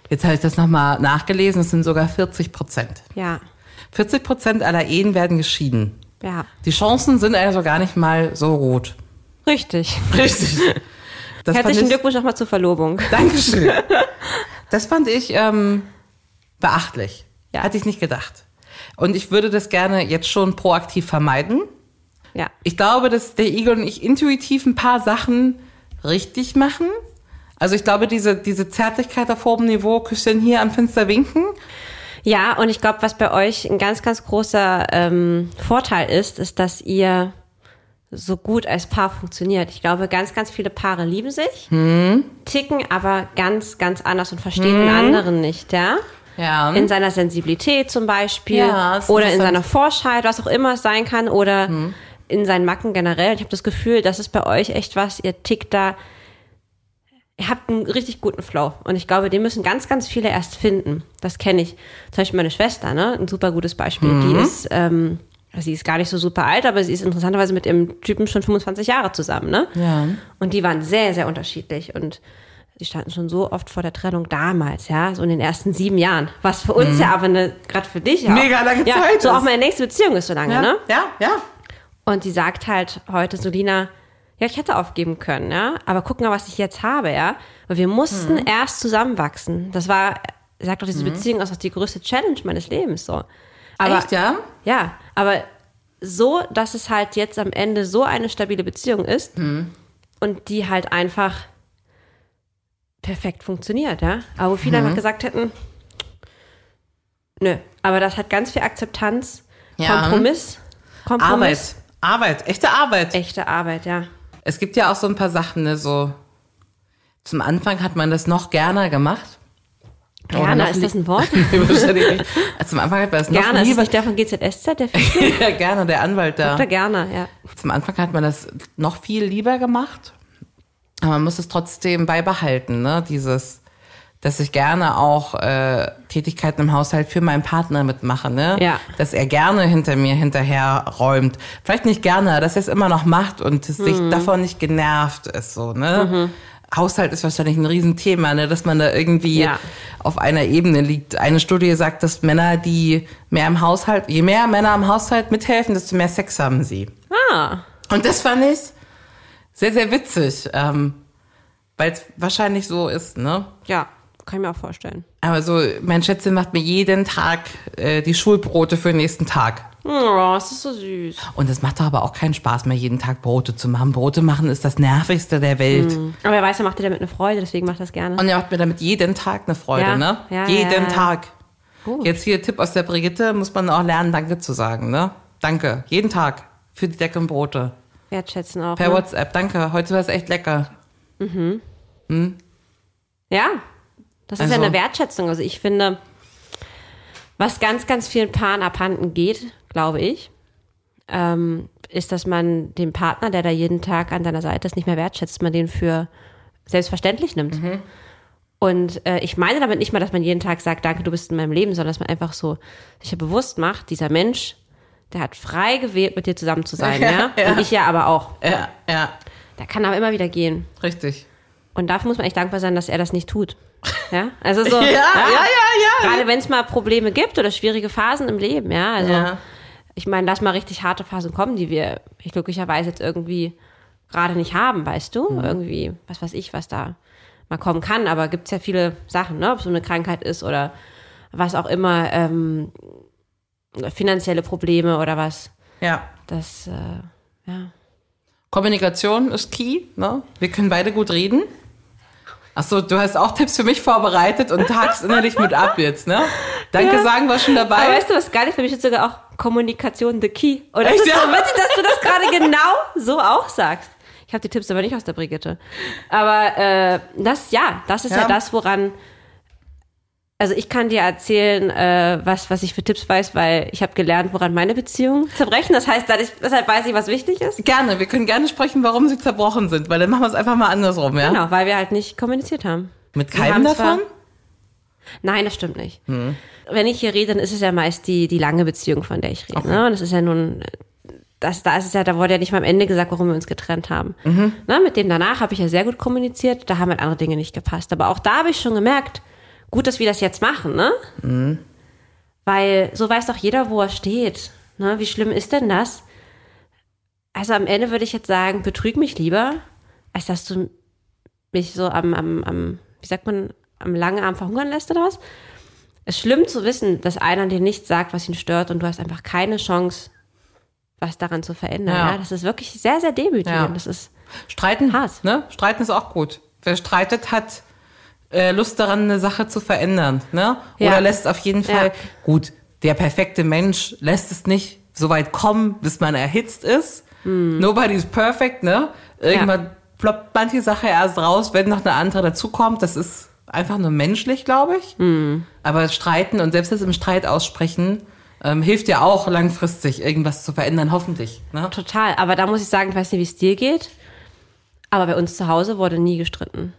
Speaker 3: Jetzt habe ich das nochmal nachgelesen, es sind sogar 40 Prozent.
Speaker 4: Ja,
Speaker 3: 40 Prozent aller Ehen werden geschieden.
Speaker 4: ja.
Speaker 3: Die Chancen sind also gar nicht mal so rot.
Speaker 4: [laughs] Richtig.
Speaker 3: Richtig. Das fand
Speaker 4: Herzlichen
Speaker 3: ich-
Speaker 4: Glückwunsch nochmal zur Verlobung. [laughs]
Speaker 3: Dankeschön. Das fand ich ähm, beachtlich.
Speaker 4: Ja.
Speaker 3: Hatte ich nicht gedacht. Und ich würde das gerne jetzt schon proaktiv vermeiden.
Speaker 4: Ja.
Speaker 3: Ich glaube, dass der Igel und ich intuitiv ein paar Sachen richtig machen. Also ich glaube, diese, diese Zärtlichkeit auf hohem Niveau, Küsschen hier am Fenster winken.
Speaker 4: Ja, und ich glaube, was bei euch ein ganz, ganz großer ähm, Vorteil ist, ist, dass ihr so gut als Paar funktioniert. Ich glaube, ganz, ganz viele Paare lieben sich,
Speaker 3: Mhm.
Speaker 4: ticken aber ganz, ganz anders und verstehen den anderen nicht, ja?
Speaker 3: Ja.
Speaker 4: In seiner Sensibilität zum Beispiel
Speaker 3: Ja, ist
Speaker 4: oder in
Speaker 3: interessant. Hm.
Speaker 4: seiner Forschheit, was auch immer es sein kann oder in seinen Macken generell. Ich habe das Gefühl, das ist bei euch echt was, ihr tickt da, ihr habt einen richtig guten Flow und ich glaube, den müssen ganz, ganz viele erst finden. Das kenne ich. Zum Beispiel meine Schwester, ne? ein super gutes Beispiel.
Speaker 3: Mhm.
Speaker 4: Die ist, ähm, sie ist gar nicht so super alt, aber sie ist interessanterweise mit ihrem Typen schon 25 Jahre zusammen. Ne?
Speaker 3: Ja.
Speaker 4: Und die waren sehr, sehr unterschiedlich und die standen schon so oft vor der Trennung damals, ja, so in den ersten sieben Jahren. Was für uns ja aber eine, gerade für dich ja. auch-
Speaker 3: Mhm. Mega lange
Speaker 4: ja,
Speaker 3: Zeit
Speaker 4: So
Speaker 3: ist.
Speaker 4: auch meine nächste Beziehung ist so lange,
Speaker 3: Ja,
Speaker 4: ne?
Speaker 3: ja, ja.
Speaker 4: Und sie sagt halt heute so, Lina, ja, ich hätte aufgeben können, ja, aber guck mal, was ich jetzt habe, ja. Weil wir mussten
Speaker 3: Mhm.
Speaker 4: erst zusammenwachsen. Das war, sagt doch, diese Beziehung ist auch die größte Challenge meines Lebens, so. Aber,
Speaker 3: Echt, ja?
Speaker 4: Ja, aber so, dass es halt jetzt am Ende so eine stabile Beziehung ist
Speaker 3: Mhm.
Speaker 4: und die halt einfach perfekt funktioniert, ja. Aber wo
Speaker 3: Mhm.
Speaker 4: viele einfach gesagt hätten, nö, aber das hat ganz viel Akzeptanz,
Speaker 3: Ja.
Speaker 4: Kompromiss,
Speaker 3: Arbeit.
Speaker 4: Kompromiss,
Speaker 3: Arbeit, echte Arbeit.
Speaker 4: echte Arbeit, ja.
Speaker 3: Es gibt ja auch so ein paar Sachen, ne, so zum Anfang hat man das noch gerne gemacht. [laughs] Oder
Speaker 4: Gerner,
Speaker 3: noch
Speaker 4: ist das
Speaker 3: lie-
Speaker 4: ein [laughs] Wort?
Speaker 3: Nee, wahrscheinlich nicht. Zum Anfang hat man das
Speaker 4: Gerner,
Speaker 3: noch
Speaker 4: ist das
Speaker 3: lieber.
Speaker 4: nicht der von GZSZ, [laughs] der Dr.
Speaker 3: [laughs] ja, gerne, der Anwalt da.
Speaker 4: Gerner, ja.
Speaker 3: Zum Anfang hat man das noch viel lieber gemacht. Aber man muss es trotzdem beibehalten, ne? Dieses, dass ich gerne auch äh, Tätigkeiten im Haushalt für meinen Partner mitmache, ne?
Speaker 4: Ja.
Speaker 3: Dass er gerne hinter mir hinterher räumt. Vielleicht nicht gerne, aber dass er es immer noch macht und dass
Speaker 4: Mhm.
Speaker 3: sich davon nicht genervt ist, so, ne? Haushalt ist wahrscheinlich ein Riesenthema, ne? dass man da irgendwie
Speaker 4: Ja.
Speaker 3: auf einer Ebene liegt. Eine Studie sagt, dass Männer, die mehr im Haushalt, je mehr Männer im Haushalt mithelfen, desto mehr Sex haben sie.
Speaker 4: Ah,
Speaker 3: Und das fand ich sehr, sehr witzig, ähm, weil es wahrscheinlich so ist, ne?
Speaker 4: ja, kann ich mir auch vorstellen.
Speaker 3: Aber so, mein Schätzchen macht mir jeden Tag äh, die Schulbrote für den nächsten Tag.
Speaker 4: Oh, es ist so süß.
Speaker 3: Und das macht doch aber auch keinen Spaß mehr, jeden Tag Brote zu machen. Brote machen ist das Nervigste der Welt.
Speaker 4: Aber er weiß, er macht dir damit eine Freude, deswegen macht er das gerne.
Speaker 3: Und er macht mir damit jeden Tag eine Freude,
Speaker 4: Ja,
Speaker 3: ne?
Speaker 4: ja,
Speaker 3: jeden
Speaker 4: ja, ja.
Speaker 3: Tag. Jetzt hier Tipp aus der Brigitte, muss man auch lernen, Danke zu sagen, ne? Danke, jeden Tag für die Decke und Brote.
Speaker 4: Wertschätzen auch.
Speaker 3: Per
Speaker 4: ne?
Speaker 3: WhatsApp, danke, heute war es echt lecker.
Speaker 4: Ja, das ist ja
Speaker 3: Also-
Speaker 4: eine Wertschätzung. Also ich finde, was ganz, ganz vielen Paaren abhanden geht, glaube ich, ähm, ist, dass man den Partner, der da jeden Tag an deiner Seite ist, nicht mehr wertschätzt, man den für selbstverständlich nimmt. Und äh, ich meine damit nicht mal, dass man jeden Tag sagt, danke, du bist in meinem Leben, sondern dass man einfach so sich ja bewusst macht, dieser Mensch, der hat frei gewählt, mit dir zusammen zu sein. ja, Und ich ja aber auch.
Speaker 3: Ja, ja,
Speaker 4: Der kann aber immer wieder gehen.
Speaker 3: richtig.
Speaker 4: Und dafür muss man echt dankbar sein, dass er das nicht tut. Ja, also so.
Speaker 3: [laughs] Ja, ja, ja, ja.
Speaker 4: Gerade wenn es mal Probleme gibt oder schwierige Phasen im Leben, ja. Also
Speaker 3: Ja.
Speaker 4: ich meine, lass mal richtig harte Phasen kommen, die wir
Speaker 3: Mhm.
Speaker 4: glücklicherweise jetzt irgendwie gerade nicht haben, weißt du? Irgendwie, was weiß ich, was da mal kommen kann. Aber gibt es ja viele Sachen, ne? ob es so eine Krankheit ist oder was auch immer, ähm, finanzielle Probleme oder was.
Speaker 3: Ja.
Speaker 4: Das, äh, ja.
Speaker 3: Kommunikation ist key, ne? Wir können beide gut reden. Achso, du hast auch Tipps für mich vorbereitet und hakst innerlich mit ab jetzt, ne? Danke sagen war schon
Speaker 4: Aber
Speaker 3: dabei.
Speaker 4: weißt du, was geil ist? Für mich ist sogar auch Kommunikation the key. Oder
Speaker 3: Echt,
Speaker 4: ist es
Speaker 3: ja?
Speaker 4: so witzig, dass du das gerade genau so auch sagst. Ich habe die Tipps aber nicht aus der Brigitte. Aber äh, das, ja, das ist ja.
Speaker 3: Ja.
Speaker 4: das, woran. Also ich kann dir erzählen, äh, was, was ich für Tipps weiß, weil ich habe gelernt, woran meine Beziehungen zerbrechen. Das heißt, dadurch, deshalb weiß ich, was wichtig ist.
Speaker 3: Gerne, wir können gerne sprechen, warum sie zerbrochen sind, weil dann machen wir es einfach mal andersrum, ja?
Speaker 4: Genau, weil wir halt nicht kommuniziert haben.
Speaker 3: Mit
Speaker 4: Wir haben
Speaker 3: keinem davon? Hm.
Speaker 4: zwar- Nein, das stimmt nicht. Wenn ich hier rede, dann ist es ja meist die, die lange Beziehung, von der ich rede. Ne? Und das ist ja nun, das, da ist es ja, da wurde ja nicht mal am Ende gesagt, warum wir uns getrennt haben.
Speaker 3: Mhm.
Speaker 4: Ne? Mit dem danach habe ich ja sehr gut kommuniziert, da haben halt andere Dinge nicht gepasst. Aber auch da habe ich schon gemerkt, gut, dass wir das jetzt machen, ne?
Speaker 3: Mhm.
Speaker 4: Weil so weiß doch jeder, wo er steht. Ne? Wie schlimm ist denn das? Also am Ende würde ich jetzt sagen, betrüg mich lieber, als dass du mich so am, am, am wie sagt man, am langen Arm verhungern lässt oder was. Es ist schlimm zu wissen, dass einer dir nichts sagt, was ihn stört und du hast einfach keine Chance, was daran zu verändern. Ja.
Speaker 3: Ja.
Speaker 4: Das ist wirklich sehr, sehr demütigend.
Speaker 3: Ja.
Speaker 4: Das ist,
Speaker 3: Streiten,
Speaker 4: Hass.
Speaker 3: ne? Streiten ist auch gut. Wer streitet, hat äh, Lust daran, eine Sache zu verändern, ne?
Speaker 4: Ja.
Speaker 3: Oder lässt auf jeden Fall,
Speaker 4: Ja.
Speaker 3: gut, der perfekte Mensch lässt es nicht so weit kommen, bis man erhitzt ist.
Speaker 4: Hm.
Speaker 3: Nobody's perfect, ne? Irgendwann ploppt manche Sache erst raus, wenn noch eine andere dazukommt. Das ist einfach nur menschlich, glaube ich.
Speaker 4: Hm.
Speaker 3: Aber streiten und selbst das im Streit aussprechen ähm, hilft ja auch langfristig, irgendwas zu verändern, hoffentlich. Ne?
Speaker 4: Total. Aber da muss ich sagen, ich weiß nicht, wie es dir geht. Aber bei uns zu Hause wurde nie gestritten.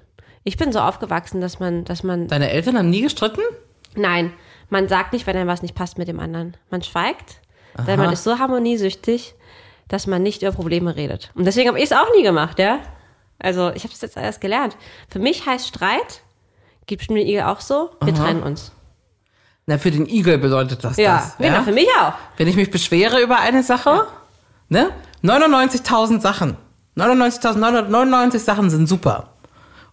Speaker 4: Ich bin so aufgewachsen, dass man, dass man,
Speaker 3: Deine Eltern haben nie gestritten?
Speaker 4: nein, man sagt nicht, wenn einem was nicht passt mit dem anderen. Man schweigt, denn man ist so harmoniesüchtig, dass man nicht über Probleme redet. Und deswegen habe ich es auch nie gemacht, ja? Also, ich habe das jetzt erst gelernt. Für mich heißt Streit, gibt mir ihr auch so, wir trennen uns.
Speaker 3: Na, für den Igel bedeutet das
Speaker 4: Ja,
Speaker 3: das.
Speaker 4: genau, für mich auch.
Speaker 3: Wenn ich mich beschwere über eine Sache, ne? 99.000 Sachen. 99.999 Sachen sind super.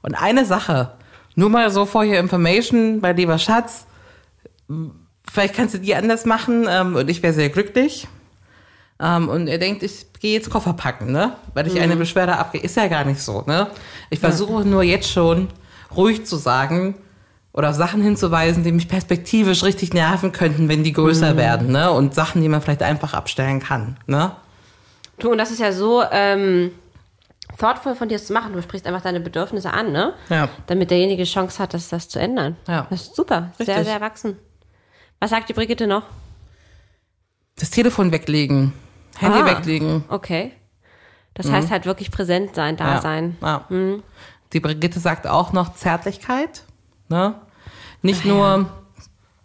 Speaker 3: Und eine Sache, nur mal so for your information, mein lieber Schatz, vielleicht kannst du die anders machen ähm, und ich wäre sehr glücklich. Ähm, und er denkt, ich gehe jetzt Koffer packen, ne? Weil ich
Speaker 4: Mhm.
Speaker 3: eine Beschwerde abgehe. Ist ja gar nicht so, ne? Ich versuche nur jetzt schon ruhig zu sagen oder auf Sachen hinzuweisen, die mich perspektivisch richtig nerven könnten, wenn die größer
Speaker 4: Mhm.
Speaker 3: werden, ne? Und Sachen, die man vielleicht einfach abstellen kann, ne?
Speaker 4: Du, und das ist ja so ähm, thoughtful von dir das zu machen. Du sprichst einfach deine Bedürfnisse an, ne?
Speaker 3: Ja.
Speaker 4: Damit derjenige Chance hat, das, das zu ändern.
Speaker 3: Ja.
Speaker 4: Das ist super. Sehr,
Speaker 3: Richtig.
Speaker 4: sehr erwachsen. Was sagt die Brigitte noch?
Speaker 3: Das Telefon weglegen, Handy
Speaker 4: Ah.
Speaker 3: weglegen.
Speaker 4: Okay. Das heißt halt wirklich präsent sein, da
Speaker 3: Mhm. Ja,
Speaker 4: sein. Mhm.
Speaker 3: Ja. Die Brigitte sagt auch noch Zärtlichkeit. Ne?
Speaker 4: Ah,
Speaker 3: Nicht nur,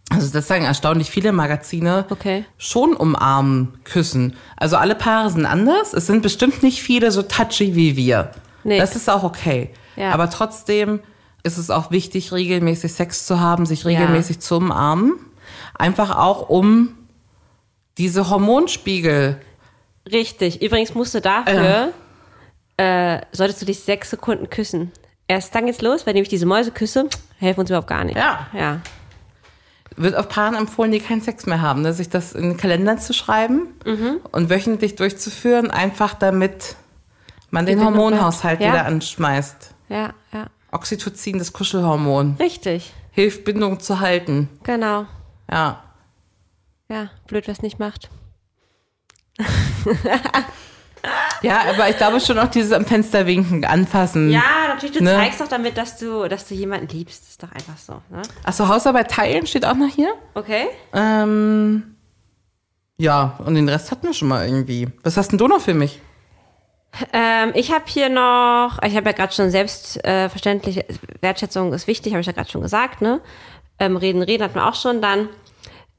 Speaker 3: also das sagen erstaunlich viele Magazine,
Speaker 4: Okay.
Speaker 3: schon umarmen, küssen. Also alle Paare sind anders. Es sind bestimmt nicht viele so touchy wie wir.
Speaker 4: Nee.
Speaker 3: Das ist auch okay.
Speaker 4: Ja.
Speaker 3: Aber trotzdem ist es auch wichtig, regelmäßig Sex zu haben, sich regelmäßig zu umarmen. Einfach auch um diese Hormonspiegel.
Speaker 4: Richtig. Übrigens musst du dafür, äh, solltest du dich sechs Sekunden küssen. Erst dann geht's los, wenn nämlich diese Mäuse küsse, helfen uns überhaupt gar nicht.
Speaker 3: Ja.
Speaker 4: Ja.
Speaker 3: wird auf Paaren empfohlen, die keinen Sex mehr haben, ne? sich das in den Kalender zu schreiben
Speaker 4: Mhm.
Speaker 3: und wöchentlich durchzuführen, einfach damit man den
Speaker 4: Bindung
Speaker 3: Hormonhaushalt
Speaker 4: bleibt. Ja.
Speaker 3: wieder anschmeißt.
Speaker 4: Ja, ja.
Speaker 3: Oxytocin, das Kuschelhormon,
Speaker 4: Richtig.
Speaker 3: hilft Bindung zu halten.
Speaker 4: Genau.
Speaker 3: Ja.
Speaker 4: Ja. Blöd, was nicht macht.
Speaker 3: Ja, aber ich glaube schon auch dieses am Fenster winken, anfassen.
Speaker 4: Ja, natürlich, du
Speaker 3: Ne?
Speaker 4: zeigst doch damit, dass du, dass du jemanden liebst. Das ist doch einfach so. Ne?
Speaker 3: Achso, Hausarbeit teilen steht auch noch hier.
Speaker 4: Okay?
Speaker 3: Ähm, ja, und den Rest hatten wir schon mal irgendwie. Was hast denn du noch für mich?
Speaker 4: Ähm, ich habe hier noch, ich habe ja gerade schon selbstverständlich, Wertschätzung ist wichtig, habe ich ja gerade schon gesagt, ne? Ähm, reden, reden hatten wir auch schon. Dann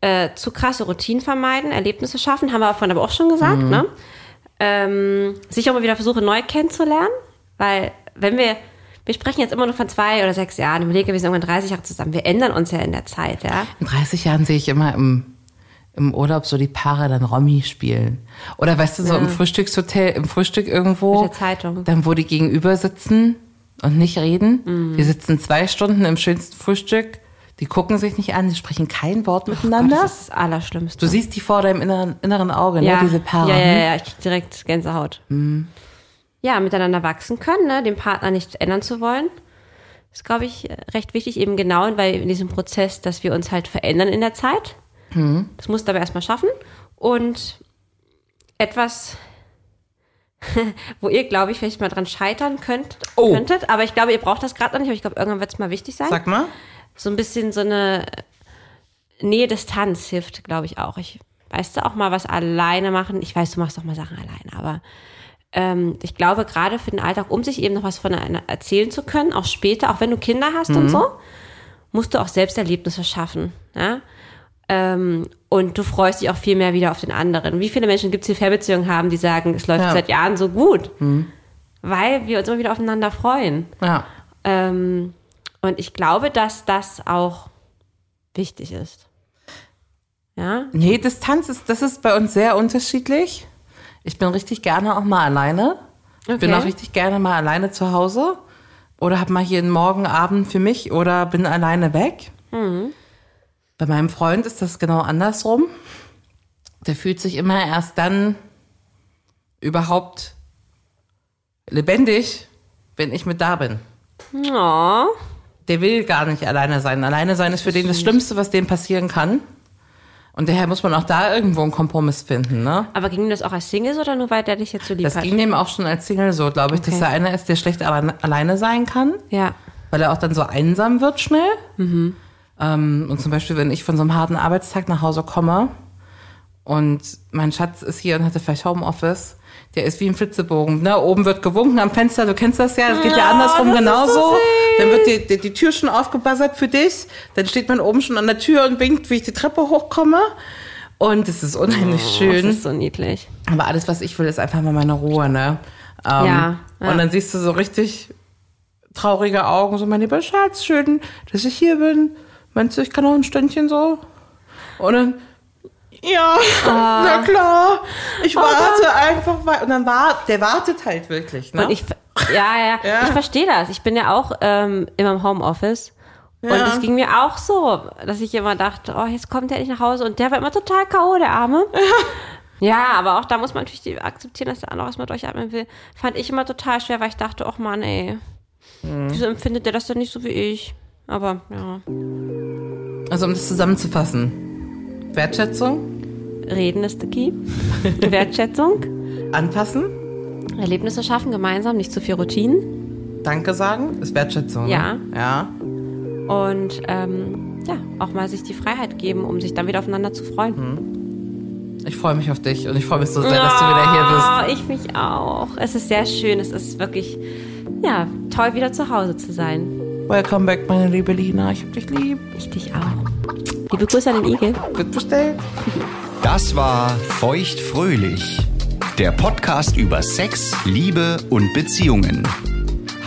Speaker 4: äh, zu krasse Routinen vermeiden, Erlebnisse schaffen, haben wir vorhin aber auch schon gesagt, ne? Ähm, sich auch mal wieder versuchen, neu kennenzulernen, weil wenn wir, wir sprechen jetzt immer nur von zwei oder sechs Jahren, überlege, wir sind irgendwann 30 Jahre zusammen, wir ändern uns ja in der Zeit, ja?
Speaker 3: In 30 Jahren sehe ich immer im, im Urlaub so die Paare dann Romy spielen. Oder weißt du, so im Frühstückshotel, im Frühstück irgendwo.
Speaker 4: Mit der Zeitung.
Speaker 3: Dann, wo die gegenüber sitzen und nicht reden. Wir sitzen zwei Stunden im schönsten Frühstück. Die gucken sich nicht an, die sprechen kein Wort miteinander.
Speaker 4: Gott, das ist das Allerschlimmste.
Speaker 3: du siehst die vor deinem inneren, inneren Auge, ne? Mhm. diese Paare.
Speaker 4: Ja, ja, ja, ich krieg direkt Gänsehaut. Ja, miteinander wachsen können, ne? den Partner nicht ändern zu wollen, ist, glaube ich, recht wichtig, eben genau, weil in diesem Prozess, dass wir uns halt verändern in der Zeit.
Speaker 3: Mhm.
Speaker 4: Das musst du aber erstmal schaffen. Und etwas, [laughs] wo ihr, glaube ich, vielleicht mal dran scheitern könnt,
Speaker 3: Oh.
Speaker 4: könntet, aber ich glaube, ihr braucht das gerade noch nicht, aber ich glaube, irgendwann wird es mal wichtig sein.
Speaker 3: Sag mal.
Speaker 4: so ein bisschen so eine Nähe-Distanz hilft, glaube ich, auch. Ich weißt du auch mal was alleine machen. Ich weiß, du machst auch mal Sachen alleine, aber ähm, ich glaube, gerade für den Alltag, um sich eben noch was voneinander erzählen zu können, auch später, auch wenn du Kinder hast und so, musst du auch selbst Erlebnisse schaffen. Ja? Ähm, und du freust dich auch viel mehr wieder auf den anderen. Wie viele Menschen gibt es, die Fernbeziehungen haben, die sagen, es läuft
Speaker 3: Ja.
Speaker 4: seit Jahren so gut, weil wir uns immer wieder aufeinander freuen.
Speaker 3: Ja.
Speaker 4: Ähm, und ich glaube, dass das auch wichtig ist. Ja?
Speaker 3: Nee, Distanz ist, das ist bei uns sehr unterschiedlich. Ich bin richtig gerne auch mal alleine. Ich bin
Speaker 4: Okay.
Speaker 3: auch richtig gerne mal alleine zu Hause. Oder hab mal hier einen Morgenabend für mich oder bin alleine weg.
Speaker 4: Mhm.
Speaker 3: Bei meinem Freund ist das genau andersrum. Der fühlt sich immer erst dann überhaupt lebendig, wenn ich mit da bin.
Speaker 4: Oh,
Speaker 3: Der will gar nicht alleine sein. Alleine sein ist für den das Schlimmste, was dem passieren kann. Und daher muss man auch da irgendwo einen Kompromiss finden, ne?
Speaker 4: aber ging das auch als Singles oder nur weil der dich jetzt so lieb
Speaker 3: Das
Speaker 4: hat?
Speaker 3: ging dem auch schon als Single so, glaube ich, dass
Speaker 4: Okay.
Speaker 3: er einer ist, der schlecht alle- alleine sein kann,
Speaker 4: ja.
Speaker 3: weil er auch dann so einsam wird schnell.
Speaker 4: Mhm.
Speaker 3: Ähm, und zum Beispiel, wenn ich von so einem harten Arbeitstag nach Hause komme und mein Schatz ist hier und hatte vielleicht Homeoffice, der ist wie ein Flitzebogen. Ne? Oben wird gewunken am Fenster, du kennst das ja, das geht ja
Speaker 4: Ah,
Speaker 3: andersrum genauso. dann wird die, die, die Tür schon aufgebassert für dich, dann steht man oben schon an der Tür und winkt, wie ich die Treppe hochkomme. Und es ist unheimlich schön.
Speaker 4: Oh, Das ist so niedlich.
Speaker 3: Aber alles, was ich will, ist einfach mal meine Ruhe, ne? Ähm,
Speaker 4: Ja, ja.
Speaker 3: Und dann siehst du so richtig traurige Augen, so mein lieber Schatz, schön, dass ich hier bin. Meinst du, ich kann noch ein Stündchen so? Und dann, ja,
Speaker 4: Ah.
Speaker 3: [laughs] na klar, ich
Speaker 4: Oh
Speaker 3: warte einfach weiter. Und dann war, der wartet halt wirklich, ne?
Speaker 4: Und ich, ja, ja,
Speaker 3: Ja.
Speaker 4: ich verstehe das. Ich bin ja auch ähm, immer im Homeoffice. Und
Speaker 3: Ja.
Speaker 4: es ging mir auch so, dass ich immer dachte, oh, jetzt kommt der nicht nach Hause. Und der war immer total K.O., der Arme. ja, aber auch da muss man natürlich die- akzeptieren, dass der andere erstmal durchatmen will. Fand ich immer total schwer, weil ich dachte, oh Mann, ey,
Speaker 3: Mhm.
Speaker 4: wieso empfindet der das denn nicht so wie ich? Aber ja,
Speaker 3: also, um das zusammenzufassen. Wertschätzung,
Speaker 4: reden ist the key.
Speaker 3: [laughs]
Speaker 4: Wertschätzung,
Speaker 3: anpassen,
Speaker 4: Erlebnisse schaffen gemeinsam, nicht zu viel Routinen.
Speaker 3: Danke sagen, ist Wertschätzung.
Speaker 4: Ja.
Speaker 3: Ne? Ja.
Speaker 4: Und ähm, ja, auch mal sich die Freiheit geben, um sich dann wieder aufeinander zu freuen.
Speaker 3: Ich freue mich auf dich und ich freue mich so sehr, dass du wieder hier bist.
Speaker 4: Oh, ich mich auch. Es ist sehr schön. Es ist wirklich, ja, toll, wieder zu Hause zu sein.
Speaker 3: Welcome back, meine liebe Lina. Ich hab dich lieb.
Speaker 4: Ich dich auch. Liebe Grüße an den Igel.
Speaker 3: Wird bestellt.
Speaker 1: Das war Feuchtfröhlich, der Podcast über Sex, Liebe und Beziehungen.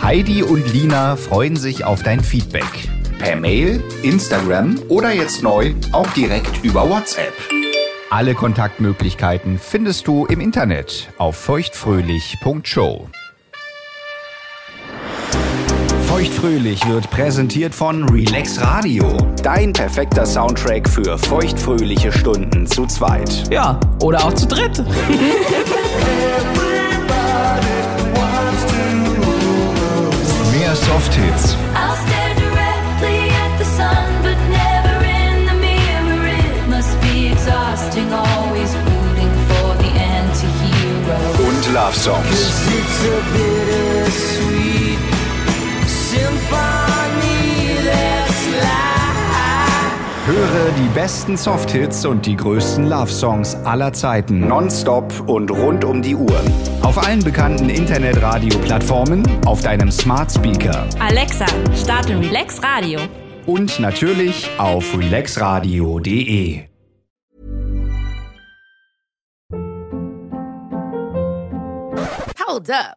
Speaker 1: Heidi und Lina freuen sich auf dein Feedback. Per Mail, Instagram oder jetzt neu auch direkt über WhatsApp. Alle Kontaktmöglichkeiten findest du im Internet auf feuchtfröhlich.show.
Speaker 2: Feuchtfröhlich wird präsentiert von Relax Radio. Dein perfekter Soundtrack für feuchtfröhliche Stunden zu zweit.
Speaker 3: Ja, oder auch zu dritt.
Speaker 1: Mehr Softhits
Speaker 5: I'll stare directly at the sun, but never in the mirror. It must be exhausting, always rooting for the anti hero.
Speaker 2: Und Love Songs.
Speaker 1: Höre die besten Softhits und die größten Love-Songs aller Zeiten.
Speaker 2: Nonstop und rund um die Uhr.
Speaker 1: Auf allen bekannten Internetradio-Plattformen, auf deinem Smart Speaker
Speaker 4: Alexa, starte Relax Radio.
Speaker 1: und natürlich auf relaxradio.de.
Speaker 6: Hold up.